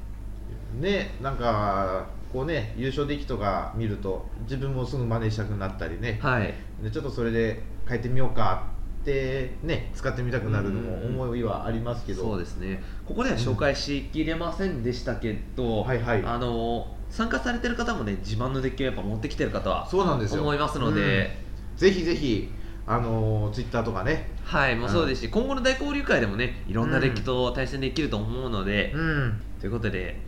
[SPEAKER 1] ねなんかこうね優勝デッキとか見ると自分もすぐ真似したくなったりね
[SPEAKER 2] はい
[SPEAKER 1] でちょっとそれで変えてみようかってね使ってみたくなるのも
[SPEAKER 2] うん
[SPEAKER 1] 思いはありますけど
[SPEAKER 2] そうですねここでは紹介しきれませんでしたけど、
[SPEAKER 1] はいはい
[SPEAKER 2] あの参加されてる方もね自慢のデッキをやっぱ持ってきてる方は
[SPEAKER 1] そうなんですよ
[SPEAKER 2] 思いますので、
[SPEAKER 1] うんぜひぜひあのツイッター Twitter とかね
[SPEAKER 2] はいもうそうですし、今後の大交流会でもねいろんなデッキと対戦できると思うので、
[SPEAKER 1] うん
[SPEAKER 2] ということで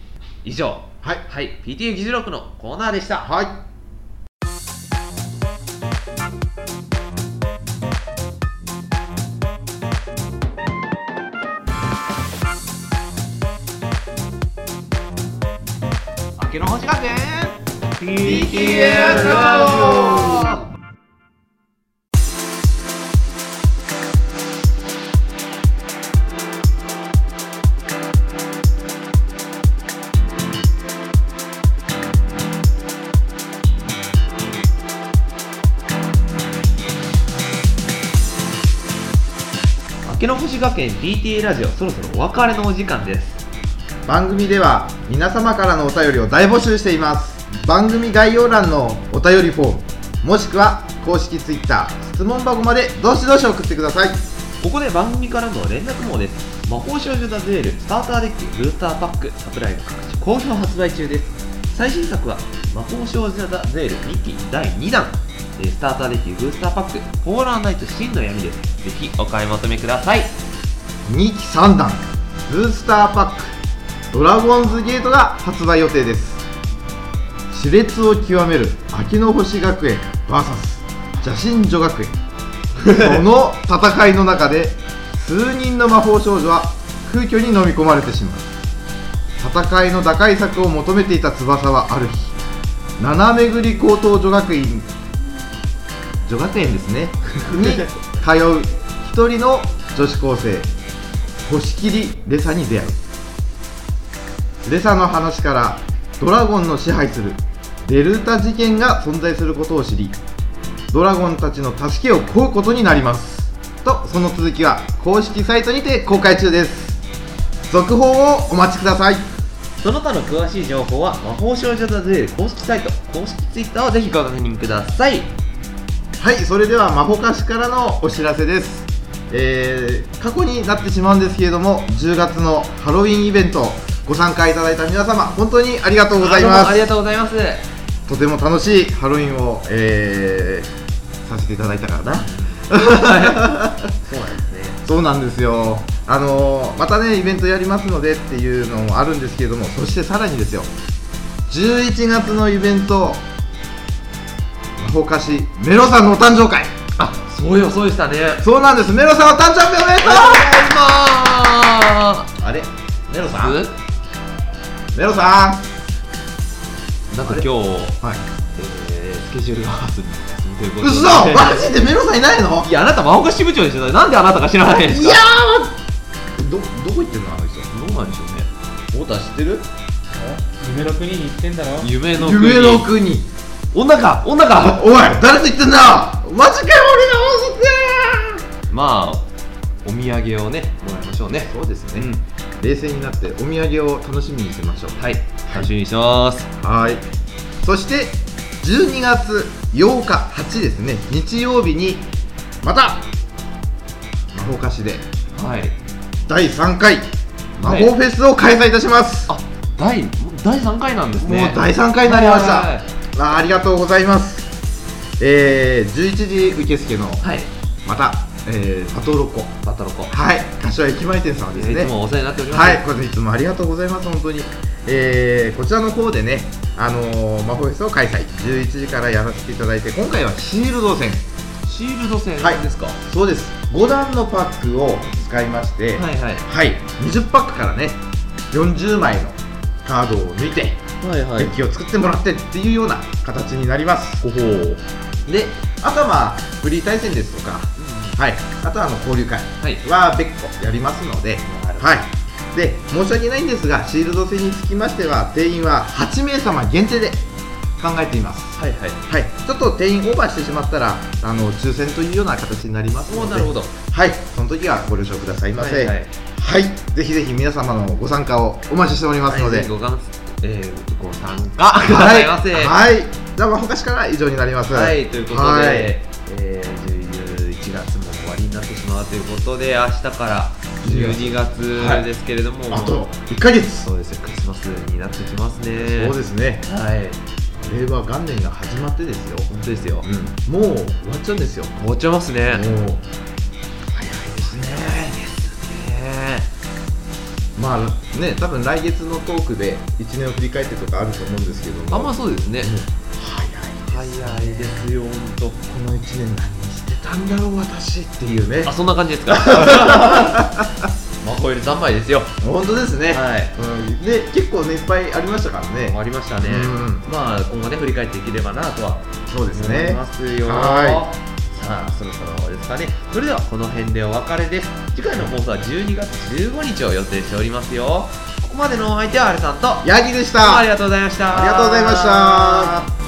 [SPEAKER 2] 以上
[SPEAKER 1] はい
[SPEAKER 2] はい PTA 議事録のコーナーでした
[SPEAKER 1] はい
[SPEAKER 2] 明けの星学園
[SPEAKER 1] PTA ラジ
[SPEAKER 2] 明けの星学園 PTA ラジオそろそろお別れのお時間です
[SPEAKER 3] 番組では皆様からのお便りを大募集しています番組概要欄のお便りフォームもしくは公式 Twitter 質問箱までどしどし送ってください
[SPEAKER 2] ここで番組からの連絡網です魔法少女ザ・デールスターターデッキブースターパックサプライズ各種好評発売中です最新作は魔法少女ザ・デール2期第2弾えースターターデッキブースターパックポーラーナイト真の闇ですぜひお買い求めください
[SPEAKER 3] 2期3弾ブースターパックドラゴンズゲートが発売予定です熾烈を極める秋の星学園 VS 邪神女学園その戦いの中で数人の魔法少女は空虚に飲み込まれてしまう戦いの打開策を求めていた翼はある日七巡り高等女学院女学園ですねに通う一人の女子高生星切レサに出会うレサの話からドラゴンの支配するデルタ事件が存在することを知りドラゴンたちの助けを請うことになりますとその続きは公式サイトにて公開中です続報をお待ちください
[SPEAKER 4] その他の詳しい情報は魔法少女座で公式サイト公式ツイッターをぜひご確認ください
[SPEAKER 1] はいそれではマホカシからのお知らせです、えー過去になってしまうんですけれども10月のハロウィンイベントご参加いただいた皆様本当にありがとうございま
[SPEAKER 2] あどうもありが
[SPEAKER 1] す
[SPEAKER 2] とうございます
[SPEAKER 1] とても楽しいハロウィンを、えーさせていただいたから な
[SPEAKER 4] そうなんですね
[SPEAKER 1] そうなんですよあのーまたねイベントやりますのでっていうのもあるんですけれどもそしてさらにですよ11月のイベント魔法菓子メロさんのお誕生会
[SPEAKER 2] あそうよそうでしたね
[SPEAKER 1] そうなんですメロさんお誕生日おめでとう
[SPEAKER 2] あ
[SPEAKER 4] あれネロさん
[SPEAKER 2] ー
[SPEAKER 1] メロさ
[SPEAKER 2] なんか今日、
[SPEAKER 1] んはい
[SPEAKER 2] えー、スケジュールが合わずに休みということで
[SPEAKER 1] 嘘マジでメロさんいない の
[SPEAKER 2] いやあなた真岡支部長でしょなんであなたが知らないんです
[SPEAKER 1] い
[SPEAKER 2] か
[SPEAKER 1] や
[SPEAKER 5] どどこ行ってんのあの人
[SPEAKER 2] どうなんでしょうね
[SPEAKER 4] 太田知ってる
[SPEAKER 6] 夢の国に行ってんだろ
[SPEAKER 2] 夢の
[SPEAKER 1] ー
[SPEAKER 2] 国
[SPEAKER 1] 夢の国
[SPEAKER 2] 女か女か
[SPEAKER 1] おい誰と言ってんだマジかよ俺が遅
[SPEAKER 2] まあお土産をねもらいましょうね
[SPEAKER 1] くそうです
[SPEAKER 2] う
[SPEAKER 1] ね、
[SPEAKER 2] ん
[SPEAKER 1] 冷静になってお土産を楽しみにしましょう
[SPEAKER 2] はい楽しみにしてます
[SPEAKER 1] はい。そして12月8日8ですね日曜日にまた魔法菓子で
[SPEAKER 2] はい
[SPEAKER 1] 第3回魔
[SPEAKER 2] はい
[SPEAKER 1] 法フェスを開催いたします。
[SPEAKER 2] あ第第3回なんですね
[SPEAKER 1] もう第3回になりました。
[SPEAKER 2] はい
[SPEAKER 1] あーありがとうございます。えー、11時受付の
[SPEAKER 2] はい
[SPEAKER 1] また、えー、バトロコ
[SPEAKER 2] バトロコ
[SPEAKER 1] はい柏駅前店さんです
[SPEAKER 2] い
[SPEAKER 1] ね
[SPEAKER 2] つ。もお世話になっております
[SPEAKER 1] はい、これいつもありがとうございます、本当に。えーこちらの方でね、あのー、魔法フェスを開催、11時からやらせていただいて、今回はシールド戦、
[SPEAKER 2] シールド戦
[SPEAKER 1] はい
[SPEAKER 2] ですか、
[SPEAKER 1] そうです、5段のパックを使いまして、
[SPEAKER 2] は
[SPEAKER 1] はい
[SPEAKER 2] い、はい
[SPEAKER 1] 20パックからね、40枚のカードを抜いて、
[SPEAKER 4] はいは
[SPEAKER 1] デッキを作ってもらってっていうような形になります。で、あとはまあ、フリー対戦ですとか、はい、あとはあの交流会。
[SPEAKER 2] はい
[SPEAKER 1] は別個やりますので、はい、で申し訳ないんですが、シールド戦につきましては、定員は8名様限定で考えています。
[SPEAKER 2] はいはい
[SPEAKER 1] はい、ちょっと定員オーバーしてしまったら、あの抽選というような形になりますの
[SPEAKER 2] お
[SPEAKER 1] で、
[SPEAKER 2] なるほど
[SPEAKER 1] はい、その時はご了承くださいませ。はい、
[SPEAKER 2] はい
[SPEAKER 1] ぜひぜひ皆様のご参加をお待ちしておりますので。
[SPEAKER 2] はいご参えー、ご参加くださいませ
[SPEAKER 1] はい、はいじゃあ、まあ、ほかしから以上になります。
[SPEAKER 2] はい、ということで、
[SPEAKER 1] はい
[SPEAKER 2] えー、11月も終わりになってしまうということで、明日から12月ですけれども、
[SPEAKER 1] あと1ヶ月。
[SPEAKER 2] そうですよ、クリスマスになってきますね。
[SPEAKER 1] そうですね。
[SPEAKER 2] す。はい、
[SPEAKER 1] 令和元年が始まってですよ。
[SPEAKER 2] 本当ですよ。
[SPEAKER 1] もう終わっちゃうんですよ。
[SPEAKER 2] 終わっちゃいますね。
[SPEAKER 1] も
[SPEAKER 2] ね
[SPEAKER 1] うまあね多分来月のトークで1年を振り返ってとかあると思うんですけども
[SPEAKER 2] あんまそうですね。
[SPEAKER 1] 早い
[SPEAKER 2] 早いですよ、本当。
[SPEAKER 1] この1年何してたんだろう私っていうね
[SPEAKER 2] あ、そんな感じです か。まあ、これ三昧ですよ。
[SPEAKER 1] 本当ですね、
[SPEAKER 2] はい。
[SPEAKER 1] うん、で結構ねいっぱいありましたから
[SPEAKER 2] 終
[SPEAKER 1] ね
[SPEAKER 2] わりましたね。
[SPEAKER 1] うん
[SPEAKER 2] まあ、今後ね、振り返っていければなとは
[SPEAKER 1] そうです
[SPEAKER 4] 思い
[SPEAKER 1] ね
[SPEAKER 4] ますよ
[SPEAKER 1] は
[SPEAKER 4] さあそろそろですかねそれではこの辺でお別れです次回の放送は12月15日を予定しておりますよここまでのお相手はアルさんと
[SPEAKER 1] ヤギでし
[SPEAKER 4] どうも
[SPEAKER 1] た
[SPEAKER 4] あ
[SPEAKER 1] あ
[SPEAKER 4] りがとうございました
[SPEAKER 1] りがとうございました